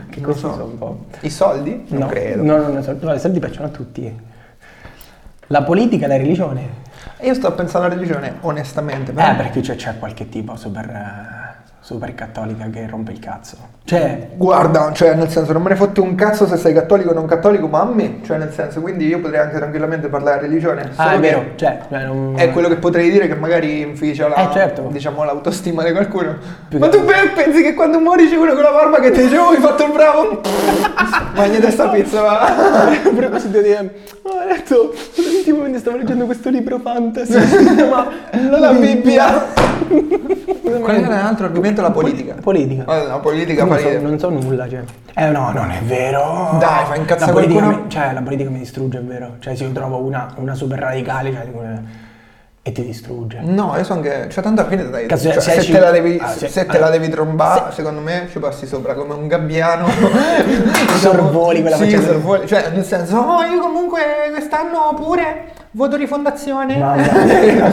S1: che
S2: Non lo
S1: questi
S2: so.
S1: sono un po'.
S2: I soldi? Non
S1: no,
S2: credo.
S1: No, no, no, so- no, i soldi piacciono a tutti. La politica, la religione.
S2: Io sto pensando alla religione, onestamente. Però.
S1: Eh, perché c'è, c'è qualche tipo super, eh, super cattolica che rompe il cazzo. Cioè,
S2: Guarda, cioè nel senso non me ne fotte un cazzo se sei cattolico o non cattolico, ma a me, cioè nel senso, quindi io potrei anche tranquillamente parlare di religione. solo
S1: ah, è
S2: che
S1: vero, cioè, cioè, non-
S2: È quello che potrei dire che magari inficia la,
S1: Eh, certo.
S2: diciamo, l'autostima di qualcuno.
S1: Più
S2: ma
S1: che-
S2: tu pe- pensi che quando muori c'è uno con la barba che ti dice oh hai fatto il bravo? Magna questa pizza va.
S1: A proposito di... Ho letto, ultimamente stavo leggendo questo libro fantasy, si chiama
S2: La Bibbia. Qual era l'altro argomento? La politica.
S1: Politica.
S2: Allora, la politica,
S1: Io non, so,
S2: Ah, politica.
S1: non so nulla, cioè. Eh no, non è vero.
S2: Dai, fa incazzare
S1: la politica
S2: qualcuno.
S1: mi- Cioè, la politica mi distrugge, è vero. Cioè, se io trovo una, una super radicale, cioè, dico, eh, e ti distrugge.
S2: No, io so anche. Cioè, tanto alla fine dai.
S1: Cazzo,
S2: cioè,
S1: se
S2: se,
S1: ci-
S2: te la devi,
S1: ah, se-
S2: se te
S1: allora,
S2: la devi trombare, secondo me ci passi sopra come un gabbiano.
S1: Sorvoli quella
S2: sì,
S1: faccia-
S2: sorvoli. Cioè, nel senso, oh, io comunque quest'anno pure voto rifondazione.
S1: Mamma mia.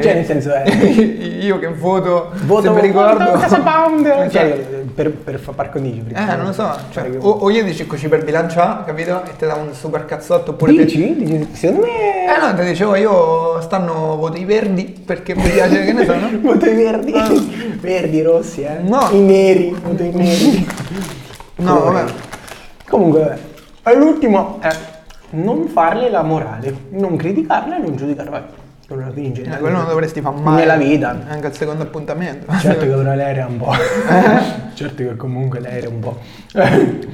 S1: Cioè, nel senso, è...
S2: io che voto,
S1: Voto
S2: se mi ricordo.
S1: voto Casa Pound.
S2: Cioè,
S1: Cioè, per, per far par condicio. per
S2: eh,
S1: esempio.
S2: non lo so, cioè,
S1: Perché-
S2: o, o io dici così per bilanciare, capito? E te dà un super cazzotto oppure te-
S1: Dici? Dici? Secondo me...
S2: Eh no, ti dicevo io stanno voto i verdi perché mi piace che ne sono.
S1: Molto i verdi. Verdi, rossi, eh.
S2: Ah. No.
S1: I neri. Molto i neri.
S2: No,
S1: Colori.
S2: vabbè.
S1: Comunque, vabbè. E l'ultimo è non farle la morale. Non criticarla e non giudicarla. Quello alla fine in
S2: Eh,
S1: generale.
S2: quello non dovresti far male.
S1: Nella vita.
S2: Anche al secondo appuntamento.
S1: Certo che ora lei era un po'.
S2: Eh.
S1: certo che comunque lei era un po'.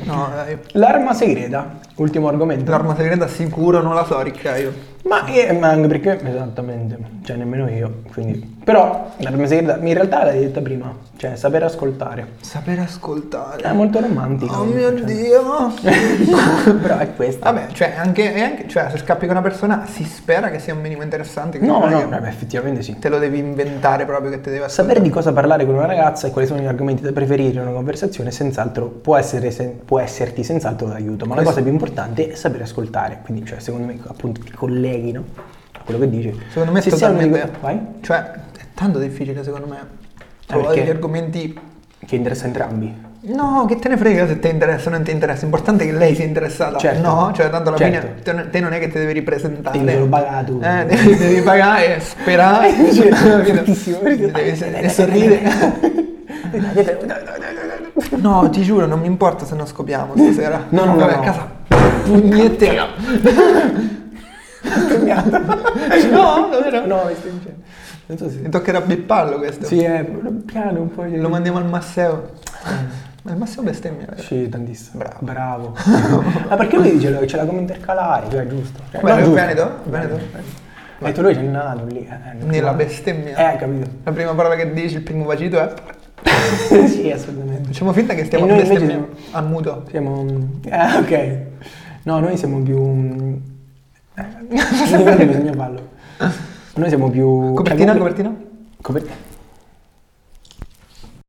S2: No, dai.
S1: L'arma segreta, ultimo argomento.
S2: L'arma segreta sicuro non la so, ricca io.
S1: Ma, eh, ma anche perché esattamente, cioè nemmeno io, quindi. Però l'arma segreta, in realtà l'hai detta prima, cioè sapere ascoltare.
S2: Saper ascoltare.
S1: È molto romantico. Cioè,
S2: Oh mio Dio.
S1: Però è questo.
S2: Vabbè, cioè, anche, e anche- cioè, se scappi con una persona si spera che sia un minimo interessante. che
S1: No,
S2: non è
S1: no,
S2: che
S1: vabbè, effettivamente sì.
S2: Te lo devi inventare proprio che te deve ascoltare.
S1: Sapere di cosa parlare con una ragazza e quali sono gli argomenti da preferire in una conversazione senz'altro può, essere sen- può esserti senz'altro d'aiuto, ma la
S2: Questo-
S1: cosa più importante è sapere ascoltare, quindi cioè, secondo me appunto ti colleghi no? a quello che dici.
S2: Secondo me è
S1: Se sei uno di
S2: totalmente...
S1: que- Vai? Eh,
S2: Cioè, è tanto difficile secondo me. Trovare
S1: perché?
S2: gli argomenti
S1: Che interessa entrambi.
S2: No, che te ne frega se ti interessa o non ti interessa, l'importante è che lei sia interessata.
S1: Certo.
S2: No, cioè tanto alla fine
S1: Certo.
S2: te ne- te non è che ti devi ripresentare.
S1: Devi solo pagare tu.
S2: Ah, Eh, devi, devi pagare, sperare.
S1: Invece-
S2: devi, devi sorridere. No, ti giuro, non mi importa se non scopiamo stasera.
S1: No, no, no,
S2: Vabbè, a
S1: no.
S2: casa. Pugnette. no, davvero.
S1: No, mi stai dicendo. Non so
S2: Mi
S1: se...
S2: toccherà bipparlo questo.
S1: Sì, eh, piano un po'. glielo-
S2: Lo mandiamo al Masseo. Ma il Masseo bestemmia, vero?
S1: Sì, tantissimo.
S2: Bravo.
S1: Bravo. Ma perché lui dice che ce l'ha come intercalare? Cioè, giusto. Cioè,
S2: Quello
S1: no,
S2: è
S1: giusto.
S2: Veneto? Veneto?
S1: Ma tu lui c'è il naso lì. eh, non
S2: Nella
S1: so.
S2: bestemmia.
S1: Eh, capito.
S2: La prima parola che dici, il primo vagito è.
S1: sì, assolutamente.
S2: Facciamo finta che stiamo
S1: E noi invece Cioè,
S2: bestemmiando. Al muto.
S1: Siamo... Eh, ok. No, noi siamo più... Eh, bisogna farlo. Noi siamo più...
S2: Copertina,
S1: cioè,
S2: copertina?
S1: Copertina.